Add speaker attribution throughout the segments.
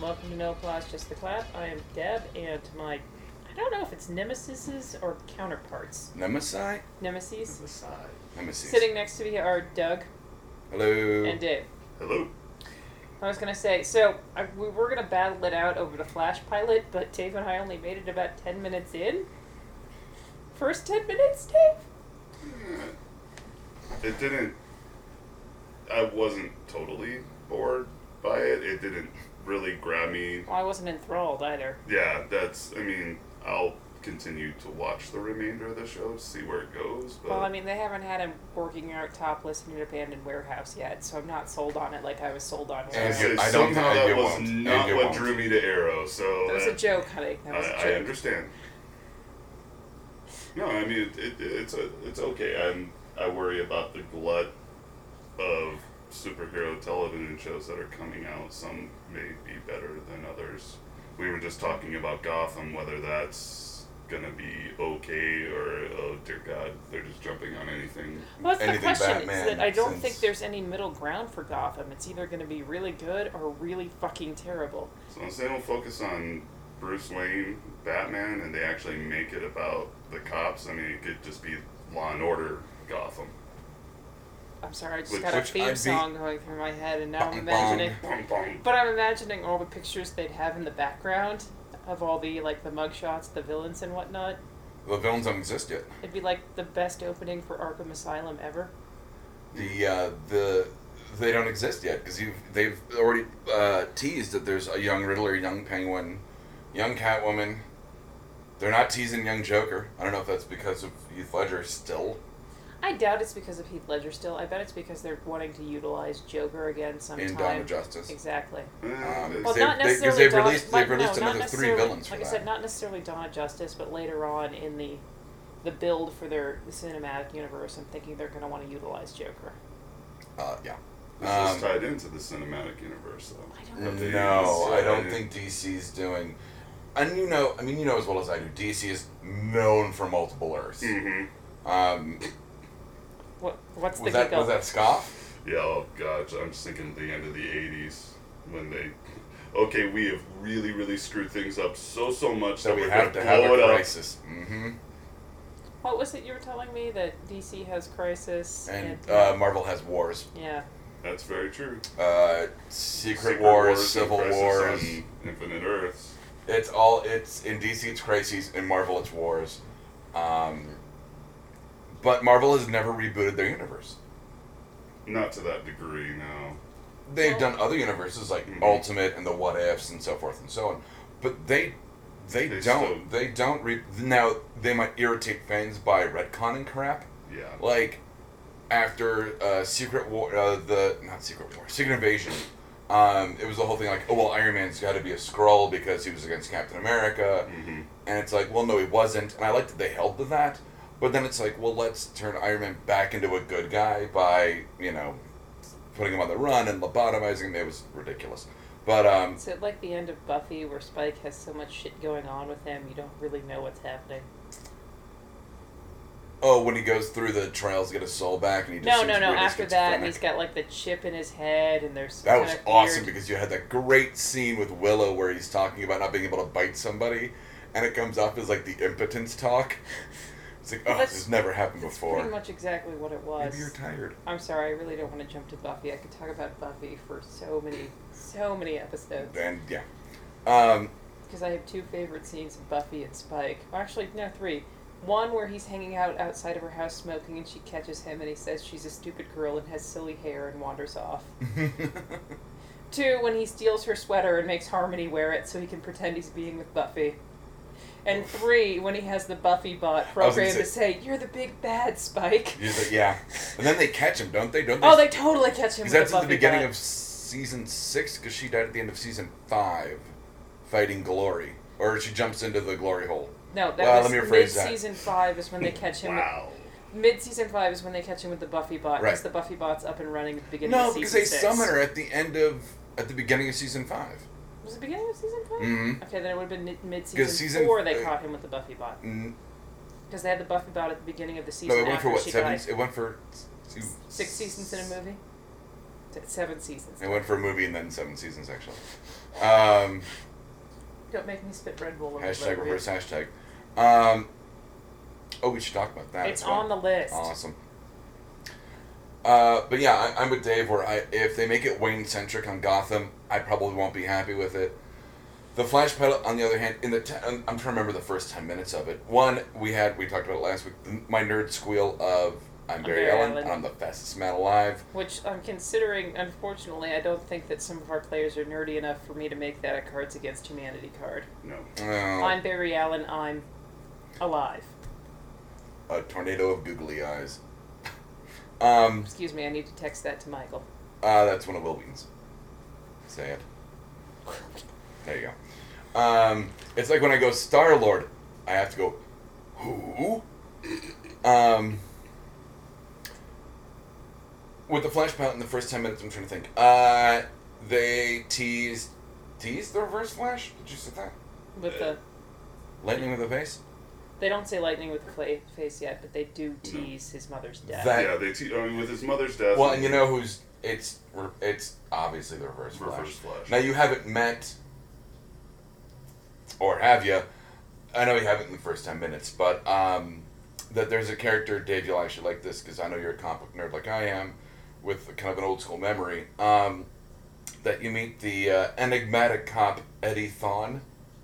Speaker 1: Welcome to No Applause, Just the Clap. I am Deb, and my, I don't know if it's nemesis or counterparts.
Speaker 2: Nemesis?
Speaker 1: Nemesis.
Speaker 3: The side.
Speaker 2: Nemesis.
Speaker 1: Sitting next to me are Doug
Speaker 2: Hello.
Speaker 1: and Dave.
Speaker 3: Hello.
Speaker 1: I was gonna say, so I, we were gonna battle it out over the flash pilot, but Dave and I only made it about ten minutes in. First ten minutes, Dave.
Speaker 3: It didn't. I wasn't totally bored by it. It didn't really grab me.
Speaker 1: Well, I wasn't enthralled either.
Speaker 3: Yeah, that's. I mean, I'll continue to watch the remainder of the show, see where it goes. But
Speaker 1: Well, I mean, they haven't had him working out topless in an abandoned warehouse yet, so I'm not sold on it like I was sold on.
Speaker 2: Yeah,
Speaker 1: Arrow.
Speaker 2: good.
Speaker 3: Because
Speaker 2: I don't-
Speaker 3: somehow
Speaker 2: I
Speaker 3: that
Speaker 2: get
Speaker 3: was
Speaker 2: won't. I
Speaker 3: not
Speaker 2: get
Speaker 3: what
Speaker 2: won't.
Speaker 3: drew me to Arrow. So
Speaker 1: That was a joke, honey. That was a
Speaker 3: I, I
Speaker 1: joke.
Speaker 3: understand. No, I mean it, it, it's a, it's okay. I'm I worry about the glut of superhero television shows that are coming out. Some may be better than others. We were just talking about Gotham, whether that's gonna be okay or oh dear God, they're just jumping on anything.
Speaker 1: Well, that's the
Speaker 2: anything
Speaker 1: question.
Speaker 2: Batman
Speaker 1: is that I don't
Speaker 2: since-
Speaker 1: think there's any middle ground for Gotham. It's either going to be really good or really fucking terrible.
Speaker 3: As long as they don't focus on Bruce Wayne, Batman, and they actually make it about the cops, I mean, it could just be Law and Order Gotham.
Speaker 1: I'm sorry, I just
Speaker 3: Which-
Speaker 1: got a
Speaker 2: which
Speaker 1: theme
Speaker 2: I'd be-
Speaker 1: song going through my head, and now I'm
Speaker 2: Bong,
Speaker 1: imagining.
Speaker 3: Bong, bong.
Speaker 1: But I'm imagining all the pictures they'd have in the background of all the like the mugshots, the villains, and whatnot.
Speaker 2: The villains don't exist yet.
Speaker 1: It'd be like the best opening for Arkham Asylum ever.
Speaker 2: The uh, the they don't exist yet because you've they've already uh, teased that there's a young Riddler, young Penguin, young Catwoman. They're not teasing young Joker. I don't know if that's because of Heath Ledger still.
Speaker 1: I doubt it's because of Heath Ledger still. I bet it's because they're wanting to utilize Joker again sometime.
Speaker 2: in Dawn of Justice.
Speaker 1: Exactly.
Speaker 3: Eh,
Speaker 2: Um,
Speaker 3: it's-
Speaker 1: Well,
Speaker 2: They-
Speaker 1: not
Speaker 2: they- 'cause
Speaker 1: necessarily
Speaker 2: they've
Speaker 1: Dawn,
Speaker 2: released-
Speaker 1: but
Speaker 2: they've
Speaker 1: no,
Speaker 2: released
Speaker 1: not
Speaker 2: another three
Speaker 1: necessarily-
Speaker 2: villains for
Speaker 1: Like I
Speaker 2: that.
Speaker 1: said, not necessarily Dawn of Justice, but later on in the the build for their cinematic universe, I'm thinking they're going to want to utilize Joker.
Speaker 2: Uh, yeah.
Speaker 3: This
Speaker 2: Um,
Speaker 3: is tied into the cinematic universe, though.
Speaker 1: I don't know.
Speaker 3: But they-
Speaker 2: No, I don't
Speaker 3: so-
Speaker 2: think DC's doing. And you know, I mean, you know as well as I do, DC is known for multiple Earths.
Speaker 3: Mhm.
Speaker 2: Um,
Speaker 1: What, what's the
Speaker 2: was that
Speaker 1: giggle?
Speaker 2: was that scoff?
Speaker 3: Yeah, oh god, I'm just thinking of the end of the '80s when they. Okay, we have really, really screwed things up so, so much
Speaker 2: So
Speaker 3: that
Speaker 2: we
Speaker 3: are
Speaker 2: have to
Speaker 3: gonna
Speaker 2: have
Speaker 3: blow
Speaker 2: a
Speaker 3: it up.
Speaker 2: crisis. Mm-hmm.
Speaker 1: What was it you were telling me that DC has Crisis
Speaker 2: And uh, Marvel has wars.
Speaker 1: yeah,
Speaker 3: That's very true.
Speaker 2: Uh, Secret, Wars, Civil
Speaker 3: and Crisis um,
Speaker 2: Wars.
Speaker 3: on Infinite Earths.
Speaker 2: It's all. It's in DC. It's crises. In Marvel, it's wars. Um, but Marvel has never rebooted their universe.
Speaker 3: Not to that degree, no.
Speaker 2: they've
Speaker 1: Well-
Speaker 2: done other universes like
Speaker 3: Mhm.
Speaker 2: Ultimate and the What Ifs and so forth and so on, but they they,
Speaker 3: They
Speaker 2: don't they don't re- now they might irritate fans by retconning crap
Speaker 3: Yeah.
Speaker 2: like after uh, Secret War uh, the not Secret War Secret Invasion. Um, it was the whole thing like, oh well, Iron Man's got to be a Skrull because he was against Captain America,
Speaker 3: hmm
Speaker 1: Mm-hmm.
Speaker 2: and it's like, well, no, he wasn't, and I liked that they held to that, but then it's like, well, let's turn Iron Man back into a good guy by, you know, putting him on the run and lobotomizing him. It was ridiculous. But, um,
Speaker 1: is it like the end of Buffy where Spike has so much shit going on with him, you don't really know what's happening?
Speaker 2: oh, when he goes through the trials to get his soul back, and he just
Speaker 1: No,
Speaker 2: seems
Speaker 1: no, no.
Speaker 2: really
Speaker 1: After that, and
Speaker 2: schizophrenic.
Speaker 1: he's got like the chip in his head, and there's some
Speaker 2: That
Speaker 1: kind
Speaker 2: was
Speaker 1: of
Speaker 2: awesome
Speaker 1: weird-
Speaker 2: because you had that great scene with Willow where he's talking about not being able to bite somebody, and it comes off as like the impotence talk. It's like, oh,
Speaker 1: That's-
Speaker 2: this has never happened
Speaker 1: That's
Speaker 2: before.
Speaker 1: pretty much exactly what it was.
Speaker 2: Maybe you're tired.
Speaker 1: I'm sorry, I really don't want to jump to Buffy. I could talk about Buffy for so many, so many episodes.
Speaker 2: And yeah. Um,
Speaker 1: Because I have two favorite scenes of Buffy and Spike. Well, actually, no, three. One where he's hanging out outside of her house smoking and she catches him and he says she's a stupid girl and has silly hair and wanders off. Two, when he steals her sweater and makes Harmony wear it so he can pretend he's being with Buffy. And three, when he has the Buffy bot
Speaker 2: I was gonna
Speaker 1: programmed to say, You're the big bad, Spike.
Speaker 2: Yeah, but- yeah, and then they catch him, don't they? Don't they?
Speaker 1: Oh, they totally catch him.
Speaker 2: Because
Speaker 1: with
Speaker 2: that's
Speaker 1: the
Speaker 2: at the
Speaker 1: Buffy
Speaker 2: beginning
Speaker 1: bot.
Speaker 2: of season six, because she died at the end of season five, fighting Glory, or she jumps into the Glory hole.
Speaker 1: No, that
Speaker 2: Well,
Speaker 1: was
Speaker 2: let me
Speaker 1: mid
Speaker 2: rephrase that.
Speaker 1: season five is when they catch him.
Speaker 3: Wow.
Speaker 1: Mid season five is when they catch him with the Buffy bot because
Speaker 2: Right.
Speaker 1: the Buffy bot's up and running at the beginning
Speaker 2: no,
Speaker 1: of
Speaker 2: because
Speaker 1: season
Speaker 2: they
Speaker 1: six.
Speaker 2: summon her at the end of at the beginning of season five.
Speaker 1: Was it beginning of season 5
Speaker 2: Mhm.
Speaker 1: Okay, then it would have been mid
Speaker 2: 'Cause
Speaker 1: season
Speaker 2: season-
Speaker 1: four they
Speaker 2: uh,
Speaker 1: caught him with the Buffy bot
Speaker 2: N-
Speaker 1: because they had the Buffy bot at the beginning of the season
Speaker 2: No, it went
Speaker 1: after
Speaker 2: for what
Speaker 1: she
Speaker 2: seven?
Speaker 1: died.
Speaker 2: It went for two,
Speaker 1: Six seasons in a movie. t- seven seasons.
Speaker 2: It went for a movie and then seven seasons, actually. Um,
Speaker 1: Don't make me spit Red Bull. over
Speaker 2: hashtag
Speaker 1: Red Bull.
Speaker 2: reverse hashtag. Um, oh, we should talk about that.
Speaker 1: It's
Speaker 2: as well.
Speaker 1: on the list.
Speaker 2: Awesome. Uh, but yeah, I, I'm with Dave. Where I, if they make it Wayne centric on Gotham, I probably won't be happy with it. The Flash pilot, on the other hand, in the te- I'm I'm trying to remember the first ten minutes of it. One, we had we talked about it last week. My nerd squeal of I'm Barry Allen, and I'm the fastest man alive.
Speaker 1: Which I'm considering. Unfortunately, I don't think that some of our players are nerdy enough for me to make that a Cards Against Humanity card.
Speaker 3: No.
Speaker 2: Oh,
Speaker 1: I'm Barry Allen. I'm alive.
Speaker 2: a tornado of googly eyes. Um,
Speaker 1: Excuse me. I need to text that to Michael.
Speaker 2: uh, that's one of Will Wheaton's. Say it. There you go. Um, it's like when I go Star Lord, I have to go, who? Um, with the Flash pilot in the first 10 minutes, I'm trying to think. Uh, they teased. Teased the reverse Flash? Did you see that?
Speaker 1: With the
Speaker 2: Lightning with a face?
Speaker 1: they don't say lightning with the fla- face yet, but they do tease his mother's death.
Speaker 2: Mm-hmm. That-
Speaker 3: yeah, they. Te- I mean, with his mother's death.
Speaker 2: Well, and you know who's. It's re- it's obviously the reverse,
Speaker 3: Reverse
Speaker 2: Flash.
Speaker 3: Flash.
Speaker 2: Now, you haven't met. Or have you? I know you haven't in the first 10 minutes, but um, that there's a character, Dave, you'll actually like this because I know you're a comic book nerd like I am, with kind of an old school memory, um, that you meet the uh, enigmatic cop, Eddie Thawne.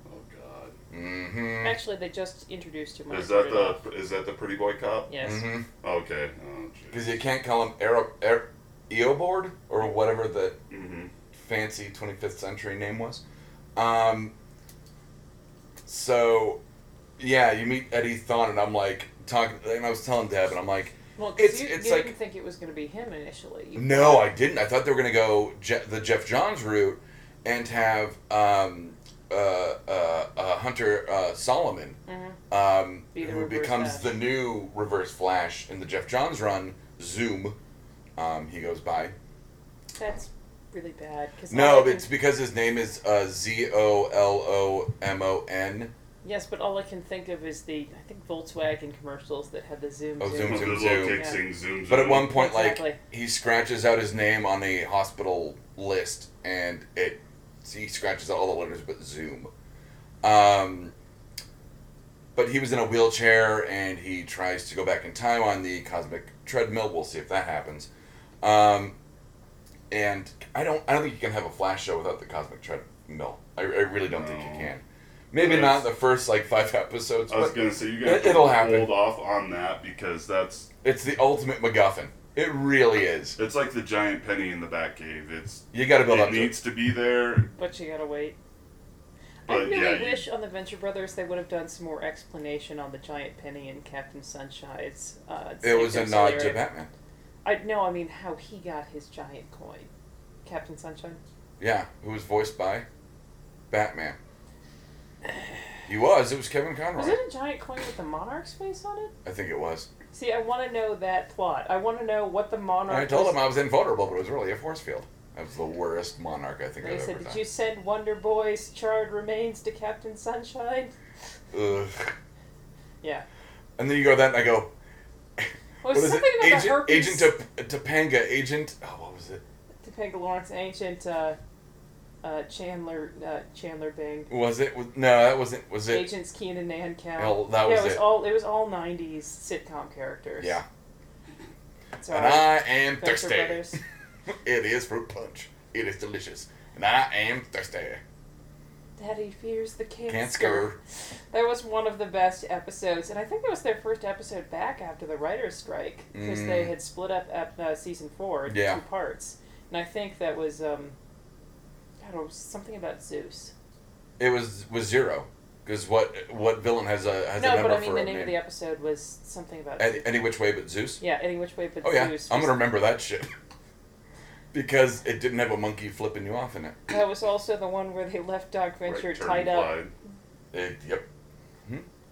Speaker 3: Oh God.
Speaker 2: Mm
Speaker 1: Actually, they just introduced him. when I
Speaker 3: Is that
Speaker 1: turned it off.
Speaker 3: the is that the pretty boy cop?
Speaker 1: Yes.
Speaker 2: hmm.
Speaker 3: Okay. Oh,
Speaker 2: Because you can't call him Aero, Aero, Eobard or whatever the
Speaker 3: Mm-hmm.
Speaker 2: fancy 25th century name was. Um, so, yeah, you meet Eddie Thawne, and I'm like, talking, and I was telling Deb, and I'm like,
Speaker 1: Well, 'cause
Speaker 2: It's-
Speaker 1: you,
Speaker 2: it's
Speaker 1: you
Speaker 2: like-
Speaker 1: didn't think it was going to be him initially. You-
Speaker 2: no, I didn't. I thought they were going to go Je- the Jeff Johns route and have um, uh, uh, uh, Hunter uh, Solomon,
Speaker 1: Mhm.
Speaker 2: um,
Speaker 1: Be the
Speaker 2: who
Speaker 1: Reverse
Speaker 2: becomes
Speaker 1: Flash.
Speaker 2: the new Reverse Flash in the Jeff Johns run, Zoom, um, he goes by.
Speaker 1: That's really bad. Cause all
Speaker 2: No,
Speaker 1: I can-
Speaker 2: it's because his name is uh, Z O L O M O N.
Speaker 1: yes, but all I can think of is the I think Volkswagen commercials that had the zoom.
Speaker 2: Oh, zoom,
Speaker 1: zoom.
Speaker 2: zoom.
Speaker 3: the Mm-hmm. little
Speaker 1: Yeah.
Speaker 3: kick sing zoom
Speaker 2: But at
Speaker 3: zoom.
Speaker 2: one point,
Speaker 1: Exactly.
Speaker 2: like he scratches out his name on a hospital list, and it he scratches out all the letters but Zoom. Um, but he was in a wheelchair, and he tries to go back in time on the cosmic treadmill. We'll see if that happens. Um, and I don't, I don't think you can have a flash show without the cosmic treadmill. I, I really don't think you
Speaker 3: No.
Speaker 2: can. Maybe
Speaker 3: Yes.
Speaker 2: not the first like five episodes,
Speaker 3: I was
Speaker 2: but
Speaker 3: gonna say you guys
Speaker 2: it- it'll
Speaker 3: hold
Speaker 2: happen.
Speaker 3: off on that because that's
Speaker 2: it's the ultimate MacGuffin. It really is.
Speaker 3: it's like the giant penny in the back cave. It's
Speaker 2: You got to build
Speaker 3: it
Speaker 2: up to it.
Speaker 3: needs to be there.
Speaker 1: But you gotta wait. I
Speaker 3: But,
Speaker 1: really
Speaker 3: yeah, you-
Speaker 1: wish on the Venture Brothers they would have done some more explanation on the giant penny and Captain Sunshine's. Uh,
Speaker 2: It was a
Speaker 1: Santos
Speaker 2: nod to
Speaker 1: Solarium.
Speaker 2: Batman.
Speaker 1: I no, I mean how he got his giant coin, Captain Sunshine.
Speaker 2: Yeah, who was voiced by Batman. He was. It was Kevin Conroy.
Speaker 1: Was it a giant coin with the monarch's face on it?
Speaker 2: I think it was.
Speaker 1: See, I want to know that plot. I want to know what the monarch.
Speaker 2: I told
Speaker 1: was-
Speaker 2: him I was invulnerable, but it was really a force field. I was the worst monarch I think
Speaker 1: They
Speaker 2: I've
Speaker 1: said,
Speaker 2: ever
Speaker 1: "Did
Speaker 2: done.
Speaker 1: you send Wonder Boy's charred remains to Captain Sunshine?"
Speaker 2: Ugh.
Speaker 1: Yeah.
Speaker 2: And then you go that, and I go.
Speaker 1: Well,
Speaker 2: what is
Speaker 1: something
Speaker 2: it?
Speaker 1: about the
Speaker 2: Agent,
Speaker 1: herpes.
Speaker 2: Agent Tap- Topanga. Agent. Oh, what was it?
Speaker 1: Topanga Lawrence, ancient uh, uh, Chandler uh, Chandler Bing,
Speaker 2: Was it? Was, no, that wasn't. Was it?
Speaker 1: agents Keenan and Cal.
Speaker 2: Hell, that
Speaker 1: yeah,
Speaker 2: was
Speaker 1: it was
Speaker 2: it.
Speaker 1: all it was all '90s sitcom characters.
Speaker 2: yeah.
Speaker 1: Sorry.
Speaker 2: And I am
Speaker 1: Venture
Speaker 2: thirsty.
Speaker 1: Brothers.
Speaker 2: it is fruit punch. It is delicious. And I am thirsty.
Speaker 1: Daddy fears the cancer.
Speaker 2: Cancer.
Speaker 1: That was one of the best episodes, and I think that was their first episode back after the writers' strike because
Speaker 2: Mm.
Speaker 1: they had split up ep- uh, season four into
Speaker 2: Yeah.
Speaker 1: two parts, and I think that was um, I don't know, something about Zeus.
Speaker 2: It was was zero, because what what villain has a has a
Speaker 1: no,
Speaker 2: number
Speaker 1: but I mean
Speaker 2: for
Speaker 1: the
Speaker 2: a
Speaker 1: name
Speaker 2: name?
Speaker 1: of the episode was something about
Speaker 2: any,
Speaker 1: Zeus.
Speaker 2: any which way but Zeus.
Speaker 1: Yeah, any which way but
Speaker 2: Oh yeah,
Speaker 1: Zeus.
Speaker 2: I'm
Speaker 1: was-
Speaker 2: gonna remember that shit because it didn't have a monkey flipping you off in it.
Speaker 1: That was also the one where they left Dog Venture
Speaker 3: right, turn
Speaker 1: tied up.
Speaker 3: wide.
Speaker 2: It- yep.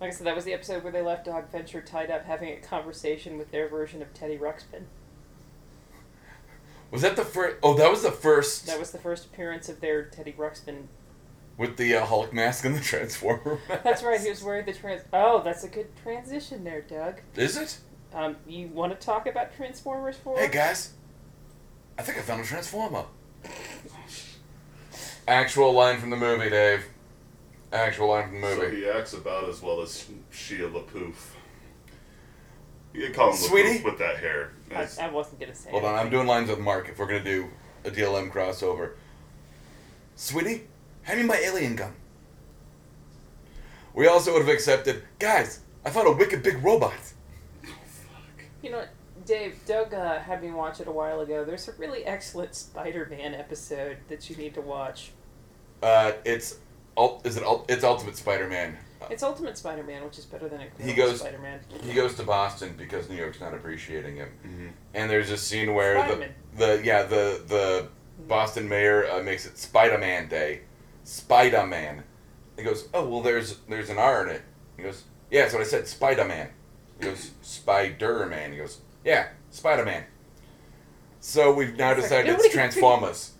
Speaker 1: Like I said, that was the episode where they left Dog Venture tied up having a conversation with their version of Teddy Ruxpin.
Speaker 2: Was that the first? Oh, that was the first
Speaker 1: That was the first appearance of their Teddy Ruxpin.
Speaker 2: with the uh, Hulk mask and the Transformer. Mask.
Speaker 1: That's right. He was wearing the trans. Oh, that's a good transition there, Doug.
Speaker 2: Is it?
Speaker 1: Um, you want to talk about Transformers Four?
Speaker 2: Hey guys, I think I found a transformer. Actual line from the movie, Dave. Actual line from the
Speaker 3: So
Speaker 2: movie.
Speaker 3: he acts about as well as Shia LaPouf. You could call him
Speaker 2: Sweetie?
Speaker 3: LaPouf with that hair.
Speaker 1: I,
Speaker 3: It's-
Speaker 1: I wasn't gonna say.
Speaker 2: Hold on, I'm
Speaker 1: anything.
Speaker 2: doing lines with Mark if we're gonna do a DLM crossover. Sweetie, hand me my alien gun. We also would have accepted, guys, I found a wicked big robot.
Speaker 3: oh,
Speaker 1: You know, what, Dave, Doug uh, had me watch it a while ago. There's a really excellent Spider-Man episode that you need to watch.
Speaker 2: Uh, it's, ult- is it, ult- it's Ultimate Spider-Man.
Speaker 1: It's Ultimate Spider-Man, which is better than Incredible
Speaker 2: Uh, goes-
Speaker 1: Spider-Man.
Speaker 2: He goes to Boston because New York's not appreciating him.
Speaker 3: Mhm.
Speaker 2: And there's this scene where
Speaker 1: Spider-Man.
Speaker 2: the, the yeah the the Boston mayor uh, makes it Spider-Man Day, Spider-Man. He goes, oh well, there's there's an R in it. He goes, yeah, that's what I said, Spider-Man. He goes, Spider-Man. He goes, yeah, Spider-Man. So we've now
Speaker 1: It's like,
Speaker 2: decided
Speaker 1: nobody-
Speaker 2: it's Transformers,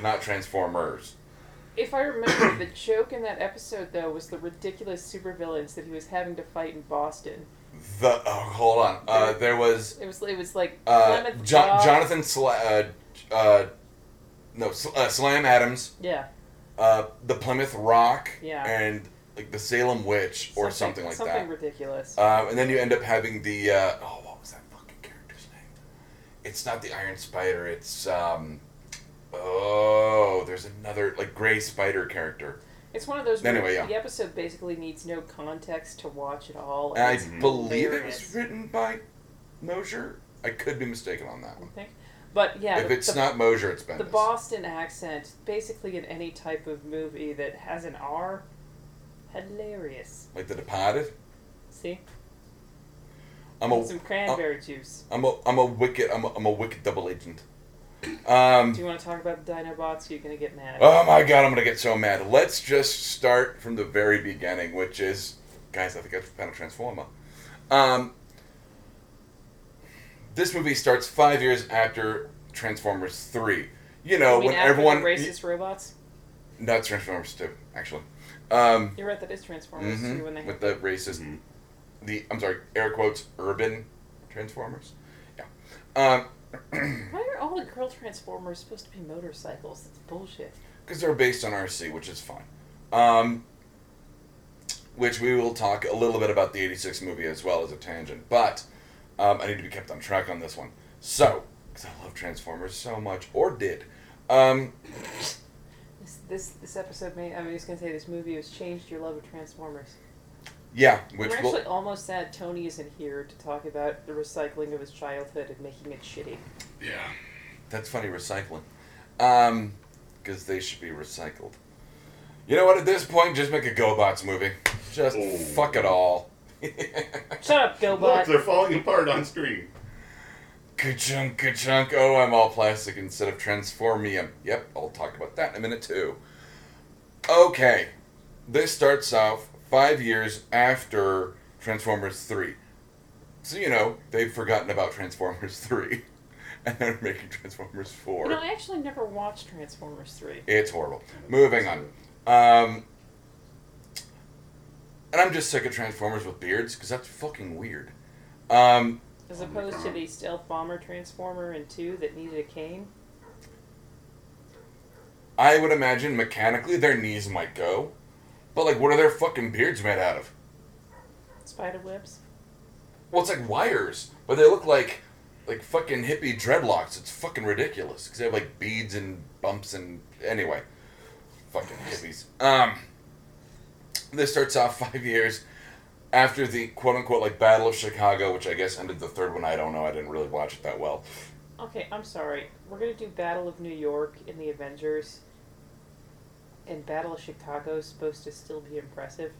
Speaker 2: not Transformers.
Speaker 1: If I remember, the joke in that episode though was the ridiculous supervillains that he was having to fight in Boston.
Speaker 2: The oh hold on, uh, there was
Speaker 1: It was it was like
Speaker 2: uh,
Speaker 1: Clement
Speaker 2: John,
Speaker 1: Dodd-
Speaker 2: Jonathan Sla- uh, uh, no Sl- uh, Slam Adams.
Speaker 1: Yeah,
Speaker 2: uh, the Plymouth Rock
Speaker 1: Yeah.
Speaker 2: and like the Salem Witch or something, like
Speaker 1: something
Speaker 2: that.
Speaker 1: ridiculous.
Speaker 2: Um, and then you end up having the uh, oh, what was that fucking character's name? It's not the Iron Spider. It's um, oh, there's another like Gray Spider character,
Speaker 1: It's one of those.
Speaker 2: Anyway,
Speaker 1: where
Speaker 2: yeah.
Speaker 1: The episode basically needs no context to watch at all.
Speaker 2: and I
Speaker 1: it's
Speaker 2: believe it
Speaker 1: hilarious,
Speaker 2: was written by Mosher. I could be mistaken on that
Speaker 1: I
Speaker 2: one.
Speaker 1: think. But yeah,
Speaker 2: if
Speaker 1: the,
Speaker 2: it's
Speaker 1: the,
Speaker 2: not Mosher, it's Bendis.
Speaker 1: the Boston accent, basically in any type of movie that has an R, hilarious.
Speaker 2: Like The Departed.
Speaker 1: See,
Speaker 2: I'm a
Speaker 1: some cranberry juice.
Speaker 2: I'm a I'm a wicked I'm a, I'm a wicked double agent. Um,
Speaker 1: Do you want to talk about the Dinobots? You're gonna get mad.
Speaker 2: Oh my god, I'm gonna get so mad. Let's just start from the very beginning, which is, guys, I think I found a transformer. Um, this movie starts five years after Transformers Three. You know
Speaker 1: You mean
Speaker 2: when
Speaker 1: after the
Speaker 2: everyone
Speaker 1: racist robots.
Speaker 2: not Transformers Two actually. Um,
Speaker 1: You're right. That is Transformers
Speaker 2: mhm,
Speaker 1: too. When they
Speaker 2: with the racist,
Speaker 3: Mhm.
Speaker 2: the I'm sorry, air quotes, urban Transformers. Yeah, Um,
Speaker 1: why are all the girl Transformers supposed to be motorcycles? That's bullshit.
Speaker 2: because they're based on RC, which is fine. Um, which we will talk a little bit about the 86 movie as well as a tangent. But um, I need to be kept on track on this one. So, because I love Transformers so much, or did. Um,
Speaker 1: This this, this episode may I mean, I was gonna say this movie has changed your love of Transformers.
Speaker 2: yeah, which
Speaker 1: We're
Speaker 2: will,
Speaker 1: actually almost sad Tony isn't here to talk about the recycling of his childhood and making it shitty.
Speaker 3: yeah.
Speaker 2: that's funny, recycling. Um, because they should be recycled. You know what, at this point, just make a GoBots movie. Just
Speaker 3: Oh.
Speaker 2: fuck it all.
Speaker 1: Shut up,
Speaker 3: Look,
Speaker 1: GoBot.
Speaker 3: they're falling apart on screen.
Speaker 2: Ka-chunk, ka-chunk. Oh, I'm all plastic instead of transformium. Yep, I'll talk about that in a minute too. Okay, this starts off five years after Transformers 3. So, you know, they've forgotten about Transformers 3. And they're making Transformers 4.
Speaker 1: You know, I actually never watched Transformers three.
Speaker 2: It's horrible. Moving on. Um, and I'm just sick of Transformers with beards, because that's fucking weird. Um,
Speaker 1: As
Speaker 3: Oh my
Speaker 1: opposed to
Speaker 3: God.
Speaker 1: the stealth bomber transformer in two that needed a cane.
Speaker 2: I would imagine mechanically their knees might go, but like, what are their fucking beards made out of?
Speaker 1: Spider webs.
Speaker 2: Well, it's like wires, but they look like like fucking hippie dreadlocks. It's fucking ridiculous because they have like beads and bumps and anyway, fucking hippies. Um, this starts off five years after the quote unquote like Battle of Chicago, which I guess ended the third one. I don't know. I didn't really watch it that well.
Speaker 1: Okay, I'm sorry. We're gonna do Battle of New York in the Avengers. And Battle of Chicago is supposed to still be impressive.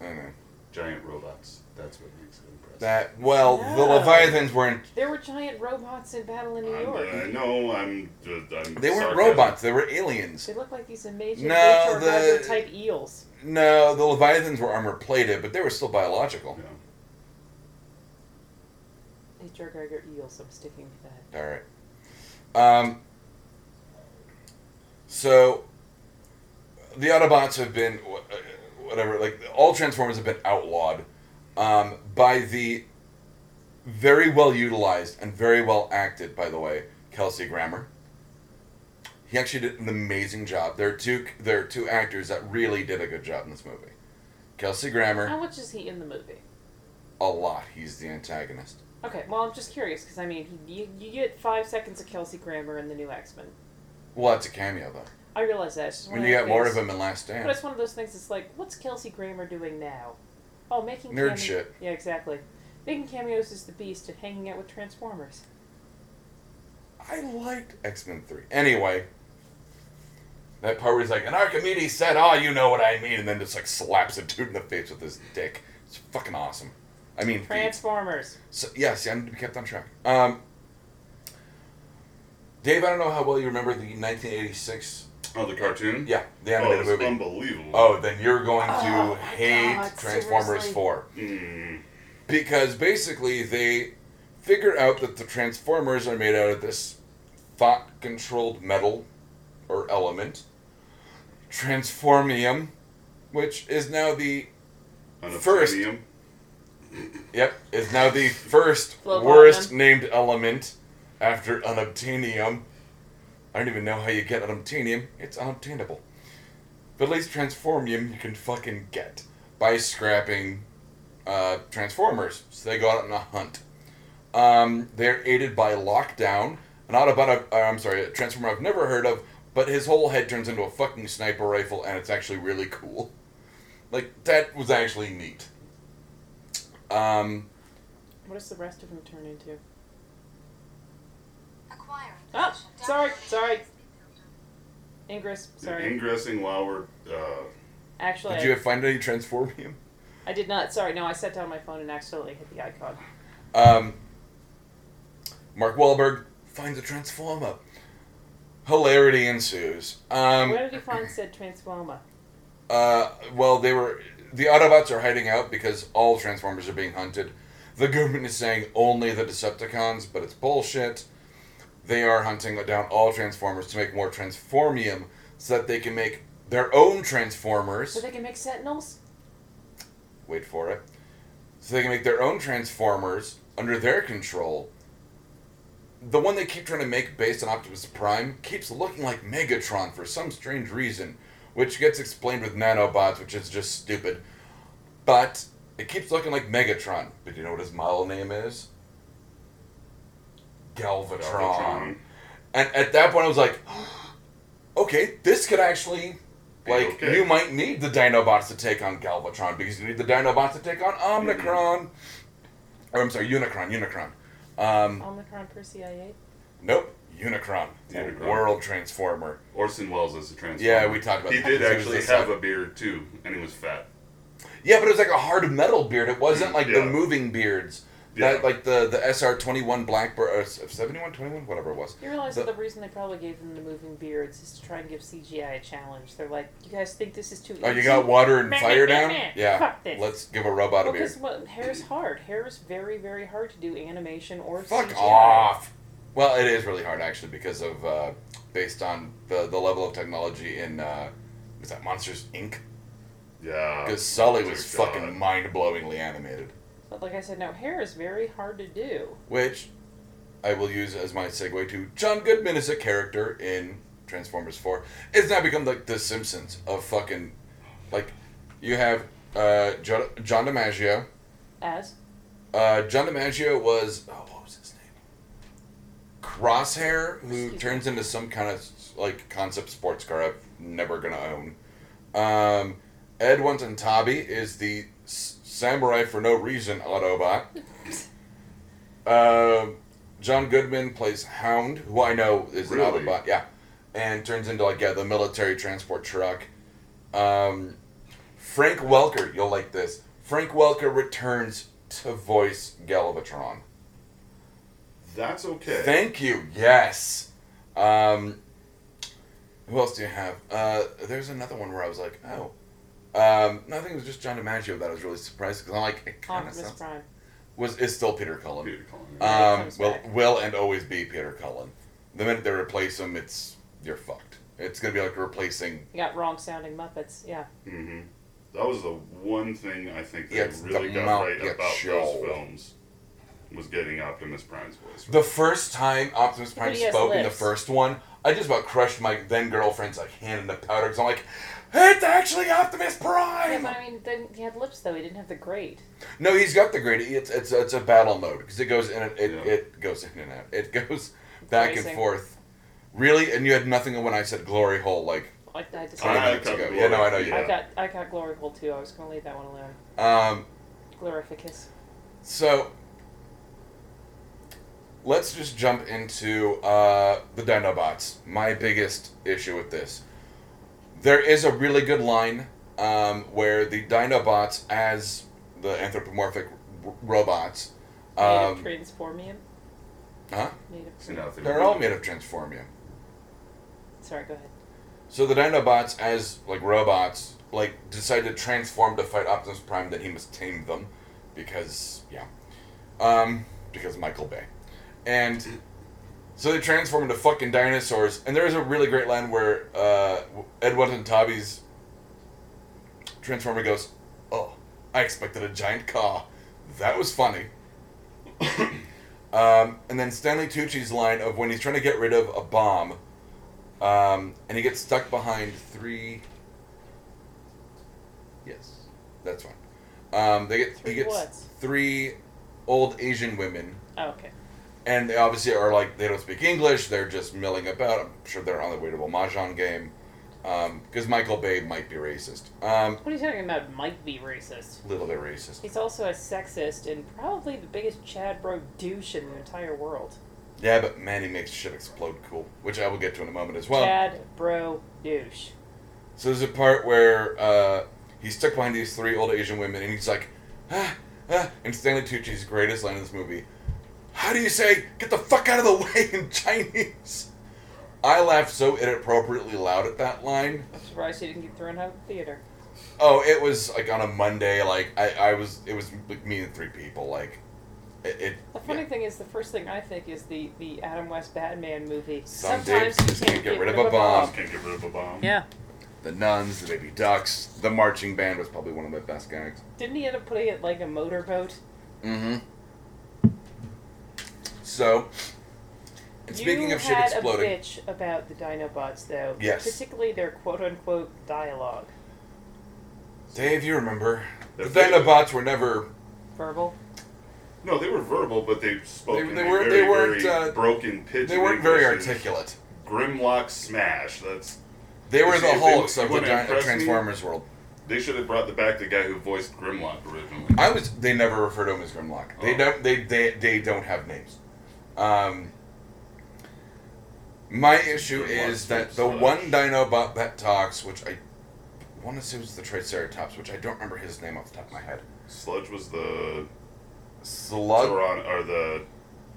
Speaker 2: I don't know.
Speaker 3: Giant robots. That's what makes it impressive.
Speaker 2: That well, the
Speaker 1: No.
Speaker 2: Leviathans weren't.
Speaker 1: There were giant robots in Battle in New
Speaker 3: I'm,
Speaker 1: York.
Speaker 3: uh, no, I'm. Just, I'm
Speaker 2: They weren't
Speaker 3: sarcasm.
Speaker 2: robots. They were aliens.
Speaker 1: They look like these amazing
Speaker 2: No,
Speaker 1: no,
Speaker 2: the-
Speaker 1: type eels.
Speaker 2: No, the Leviathans were armor plated, but they were still biological.
Speaker 3: Yeah.
Speaker 1: HR Geiger eels, I'm sticking to that.
Speaker 2: All right. Um, so the Autobots have been wh- uh, whatever, like all Transformers have been outlawed um, by the very well utilized and very well acted, by the way, Kelsey Grammer. He actually did an amazing job. There are two there are two actors that really did a good job in this movie. Kelsey Grammer,
Speaker 1: How much is he in the movie?
Speaker 2: a lot. He's the antagonist.
Speaker 1: Okay, well, I'm just curious because I mean, you, you get five seconds of Kelsey Grammer in the new X Men.
Speaker 2: Well, that's a cameo though.
Speaker 1: I realize that. It's just one
Speaker 2: When you
Speaker 1: those
Speaker 2: got more
Speaker 1: things-
Speaker 2: of him in Last
Speaker 1: But
Speaker 2: Stand,
Speaker 1: it's one of those things. It's like, what's Kelsey Grammer doing now? Oh, making
Speaker 2: Nerd
Speaker 1: cameo-
Speaker 2: shit.
Speaker 1: Yeah, exactly. Making cameos is the beast and hanging out with Transformers.
Speaker 2: I liked X Men Three. Anyway, that part where he's like, "And Archimedes said, oh, you know what I mean," and then just like slaps a dude in the face with his dick. It's fucking awesome. I mean, feet.
Speaker 1: Transformers.
Speaker 2: So, yeah, see, I need to be kept on track. Um, Dave, I don't know how well you remember the 1986.
Speaker 3: Oh, the cartoon.
Speaker 2: Yeah, the
Speaker 3: Oh,
Speaker 2: animated
Speaker 3: it's
Speaker 2: movie.
Speaker 3: unbelievable.
Speaker 2: Oh, then you're going to
Speaker 1: Oh, my
Speaker 2: hate
Speaker 1: God,
Speaker 2: Transformers
Speaker 1: seriously?
Speaker 2: 4.
Speaker 3: Mm,
Speaker 2: Because basically, they figure out that the Transformers are made out of this thought controlled metal or element, Transformium, which is now the
Speaker 3: on a
Speaker 2: First.
Speaker 3: premium.
Speaker 2: Yep, is now the first
Speaker 1: Flobotanium.
Speaker 2: worst named element after unobtainium. I don't even know how you get unobtainium. It's unobtainable. But at least transformium you can fucking get by scrapping uh, transformers. So they go out on a hunt. Um, they're aided by Lockdown, an Autobot. I've- uh, I'm sorry, a transformer I've never heard of, but his whole head turns into a fucking sniper rifle, and it's actually really cool. Like that was actually neat. Um,
Speaker 1: What does the rest of them turn into?
Speaker 4: Acquiring
Speaker 1: Ah,
Speaker 4: possession.
Speaker 1: sorry,
Speaker 4: Downloading
Speaker 1: sorry.
Speaker 4: the
Speaker 1: Ingress.
Speaker 3: Sorry.
Speaker 1: Sorry.
Speaker 3: Ingressing while we're uh,
Speaker 1: Actually,
Speaker 2: Did you find any transformium?
Speaker 1: I, I did not. Sorry, no, I set down my phone and accidentally hit the icon.
Speaker 2: Um, Mark Wahlberg finds a transformer. Hilarity ensues. Um,
Speaker 1: Where did you find said Transformer?
Speaker 2: uh, well, they were the Autobots are hiding out because all Transformers are being hunted. The government is saying only the Decepticons, but it's bullshit. They are hunting down all Transformers to make more Transformium so that they can make their own Transformers.
Speaker 1: So they can make Sentinels?
Speaker 2: wait for it, so they can make their own Transformers under their control. The one they keep trying to make based on Optimus Prime keeps looking like Megatron for some strange reason, which gets explained with nanobots, which is just stupid. But it keeps looking like Megatron. But do you know what his model name is? Galvatron.
Speaker 3: Galvatron.
Speaker 2: And at that point, I was like, okay, this could actually,
Speaker 3: Be
Speaker 2: like,
Speaker 3: okay.
Speaker 2: you might need the Dinobots to take on Galvatron because you need the Dinobots to take on Omnicron.
Speaker 3: Mm-hmm.
Speaker 2: Or, I'm sorry, Unicron, Unicron. Um,
Speaker 1: Omnicron Percy I
Speaker 2: nope, Unicron, the
Speaker 3: Unicron.
Speaker 2: world transformer.
Speaker 3: Orson Welles as a transformer.
Speaker 2: Yeah, we talked about
Speaker 3: He
Speaker 2: that.
Speaker 3: did
Speaker 2: He was
Speaker 3: actually
Speaker 2: a
Speaker 3: have
Speaker 2: sub-
Speaker 3: a beard too, and he was fat.
Speaker 2: Yeah, but it was like a hard metal beard. It wasn't like the
Speaker 3: Yeah.
Speaker 2: moving beards.
Speaker 3: Yeah.
Speaker 2: That like the the SR twenty one Blackbird uh, or seventy one twenty one whatever it was.
Speaker 1: You realize
Speaker 2: The-
Speaker 1: that the reason they probably gave them the moving beards is to try and give CGI a challenge. They're like, you guys think this is too easy?
Speaker 2: Oh, you got water and
Speaker 1: Meh,
Speaker 2: fire
Speaker 1: meh, meh,
Speaker 2: down?
Speaker 1: meh.
Speaker 2: Yeah.
Speaker 1: Fuck this.
Speaker 2: Let's give a robot a
Speaker 1: Well,
Speaker 2: beard.
Speaker 1: because what hair's hard. Hair is very, very hard to do animation or
Speaker 2: Fuck
Speaker 1: CGI.
Speaker 2: off. Well, it is really hard actually because of uh, based on the the level of technology in uh, was that Monsters Inc.
Speaker 3: Yeah.
Speaker 2: Because Sully was
Speaker 3: Dear Uh, God.
Speaker 2: fucking mind blowingly animated,
Speaker 1: But like I said, no, hair is very hard to do.
Speaker 2: which I will use as my segue to John Goodman is a character in Transformers Four. It's now become like the Simpsons of fucking like you have uh, John, John DiMaggio.
Speaker 1: As
Speaker 2: Uh, John DiMaggio was oh, what was his name? Crosshair, who
Speaker 1: Excuse
Speaker 2: turns into some kind of like concept sports car I'm never gonna own. Um, Ed Wantantabi is the s- samurai for no reason Autobot. Um, John Goodman plays Hound, who I know is
Speaker 3: Really?
Speaker 2: an Autobot, yeah, and turns into like yeah the military transport truck. Um, Frank Welker, you'll like this. Frank Welker returns to voice Galvatron.
Speaker 3: That's okay.
Speaker 2: Thank you. Yes. Um, who else do you have? Uh, there's another one where I was like, oh. Um, no, I think it was just John DiMaggio that I was really surprised because I'm like, it kind of
Speaker 1: Optimus
Speaker 2: sounds.
Speaker 1: Prime.
Speaker 2: Was is still Peter Cullen.
Speaker 3: Peter Cullen.
Speaker 1: Yeah, he
Speaker 2: Um,
Speaker 1: comes
Speaker 2: will
Speaker 1: back.
Speaker 2: will and always be Peter Cullen. The minute they replace him, it's you're fucked. It's gonna be like replacing.
Speaker 1: You got wrong sounding Muppets. Yeah.
Speaker 3: hmm That was the one thing I think they
Speaker 2: Yeah, it's the
Speaker 3: really got
Speaker 2: Mount
Speaker 3: right
Speaker 2: Yet
Speaker 3: about
Speaker 2: Show.
Speaker 3: those films. was getting Optimus Prime's voice.
Speaker 2: The first time Optimus Prime
Speaker 1: But he has
Speaker 2: spoke in the
Speaker 1: lips.
Speaker 2: first one, I just about crushed my then girlfriend's like hand in the powder because I'm like, it's actually Optimus
Speaker 1: Yeah,
Speaker 2: Prime.
Speaker 1: but I mean, then he had lips though. He didn't have the grade.
Speaker 2: No, he's got the grade. It's it's it's a battle mode because it goes in and it,
Speaker 3: Yeah.
Speaker 2: it goes in and out. It goes back and
Speaker 1: Racing.
Speaker 2: forth. Really, and you had nothing when I said glory hole. Like
Speaker 1: I, I just,
Speaker 2: Twenty
Speaker 3: I
Speaker 2: minutes
Speaker 3: got
Speaker 2: ago.
Speaker 3: the
Speaker 2: Yeah, no, I know you
Speaker 1: I
Speaker 3: glory.
Speaker 1: got I got glory hole too. I was gonna leave that one alone.
Speaker 2: Um,
Speaker 1: Glorificus.
Speaker 2: so let's just jump into uh, the Dinobots. My biggest issue with this. There is a really good line um, where the Dinobots, as the anthropomorphic r- robots,
Speaker 1: Native
Speaker 2: um,
Speaker 1: transformium.
Speaker 2: huh?
Speaker 1: Native.
Speaker 3: You know,
Speaker 2: they're all made of transformium.
Speaker 1: Sorry, go ahead.
Speaker 2: So the Dinobots, as like robots, like decide to transform to fight Optimus Prime. That he must tame them, because yeah, um, because Michael Bay, and so they transform into fucking dinosaurs. And there is a really great line where uh, Ed Weston Tobby's transformer goes, "Oh, I expected a giant car. That was funny." um, and then Stanley Tucci's line of when he's trying to get rid of a bomb. Um, and he gets stuck behind three. Yes, that's fine. Um, they get
Speaker 1: Three
Speaker 2: he gets
Speaker 1: what?
Speaker 2: three old Asian women,
Speaker 1: Oh, okay.
Speaker 2: and they obviously are like they don't speak English. They're just milling about. I'm sure they're on their way to a mahjong game, because Michael Bay might be racist. Um,
Speaker 1: What are you talking about? Might be racist.
Speaker 2: a little bit racist.
Speaker 1: He's also a sexist and probably the biggest Chad bro douche in the entire world.
Speaker 2: Yeah, but man, he makes shit explode cool, which I will get to in a moment as well.
Speaker 1: Chad bro douche.
Speaker 2: So there's a part where uh, he's stuck behind these three old Asian women, and he's like, ah, ah, and Stanley Tucci's greatest line in this movie. How do you say "get the fuck out of the way" in Chinese? I laughed so inappropriately loud at that line.
Speaker 1: I'm surprised he didn't get thrown out of the theater.
Speaker 2: Oh, it was like on a Monday. Like I, I was, it was like me and three people. Like it. it
Speaker 1: The funny
Speaker 2: yeah.
Speaker 1: thing is, the first thing I think is the, the Adam West Batman movie.
Speaker 2: Some
Speaker 1: Sometimes
Speaker 2: dicks
Speaker 1: you
Speaker 2: just can't get rid of a bomb.
Speaker 3: Can't get rid of a bomb.
Speaker 1: Yeah.
Speaker 2: The nuns, the baby ducks, the marching band was probably one of my best gags.
Speaker 1: Didn't he end up putting it like a motorboat?
Speaker 2: Mm-hmm. So, and speaking
Speaker 1: you
Speaker 2: of shit
Speaker 1: had
Speaker 2: exploding,
Speaker 1: a bitch about the Dinobots, though.
Speaker 2: Yes.
Speaker 1: Particularly their quote-unquote dialogue.
Speaker 2: Dave, you remember the
Speaker 3: They're
Speaker 2: Dinobots were never.
Speaker 1: Verbal.
Speaker 3: No, they were verbal, but they spoke.
Speaker 2: They-
Speaker 3: in
Speaker 2: they
Speaker 3: a
Speaker 2: weren't-
Speaker 3: Very,
Speaker 2: they weren't,
Speaker 3: very
Speaker 2: uh,
Speaker 3: broken pitch.
Speaker 2: They
Speaker 3: of
Speaker 2: weren't very
Speaker 3: English.
Speaker 2: articulate.
Speaker 3: Grimlock smash. That's.
Speaker 2: They were
Speaker 3: If
Speaker 2: the
Speaker 3: you- if they-
Speaker 2: Hulks
Speaker 3: you
Speaker 2: of the
Speaker 3: wanna
Speaker 2: Dino-
Speaker 3: impress me?
Speaker 2: Transformers world.
Speaker 3: They should have brought the back the guy who voiced Grimlock originally.
Speaker 2: I was. They never refer to him as Grimlock. They
Speaker 3: Oh.
Speaker 2: don't. They, they they don't have names. Um. My issue
Speaker 3: Grimlock
Speaker 2: is that
Speaker 3: Troops,
Speaker 2: the
Speaker 3: uh,
Speaker 2: one Dinobot that talks, which I want to say was the Triceratops, which I don't remember his name off the top of my head.
Speaker 3: Sludge was the
Speaker 2: Slug.
Speaker 3: Zoran- or the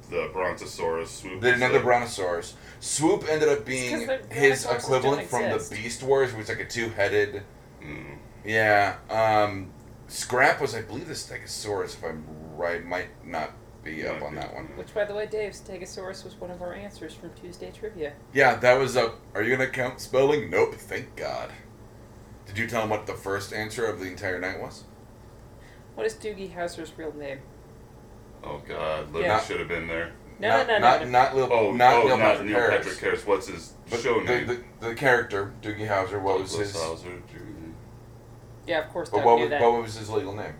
Speaker 3: the Brontosaurus. Swoop
Speaker 2: The
Speaker 3: was
Speaker 2: another Brontosaurus. Swoop ended up being
Speaker 1: 'cause the
Speaker 2: his
Speaker 1: Brontosauruses
Speaker 2: equivalent
Speaker 1: don't
Speaker 2: from the
Speaker 1: exist.
Speaker 2: Beast Wars, which was like a two-headed.
Speaker 3: Mm.
Speaker 2: Yeah. Um, Scrap was, I believe, the Stegosaurus. If I'm right, might not be up
Speaker 3: Might
Speaker 2: on
Speaker 3: be.
Speaker 2: that one.
Speaker 1: Which, by the way, Dave, Stegosaurus was one of our answers from Tuesday Trivia.
Speaker 2: Yeah, that was up. Are you gonna count spelling? Nope. Thank God. Did you tell him what the first answer of the entire night was?
Speaker 1: What is Doogie Howser's real name?
Speaker 3: Oh God, Libby
Speaker 1: Yeah.
Speaker 3: should have been there.
Speaker 1: No,
Speaker 2: not,
Speaker 1: no, no,
Speaker 2: not,
Speaker 1: no.
Speaker 2: Not, Lil,
Speaker 3: Oh,
Speaker 2: not
Speaker 3: oh,
Speaker 2: Neil
Speaker 3: not
Speaker 2: Patrick
Speaker 3: Neil
Speaker 2: Harris.
Speaker 3: Patrick Harris. What's his
Speaker 2: But
Speaker 3: show
Speaker 2: the,
Speaker 3: name?
Speaker 2: the, the character Doogie Howser. What was
Speaker 3: Douglas
Speaker 2: his?
Speaker 3: Hauser, Jr.
Speaker 1: Yeah, of course,
Speaker 2: But
Speaker 1: Doug
Speaker 2: what
Speaker 1: knew
Speaker 2: was,
Speaker 1: that.
Speaker 2: what was his legal name?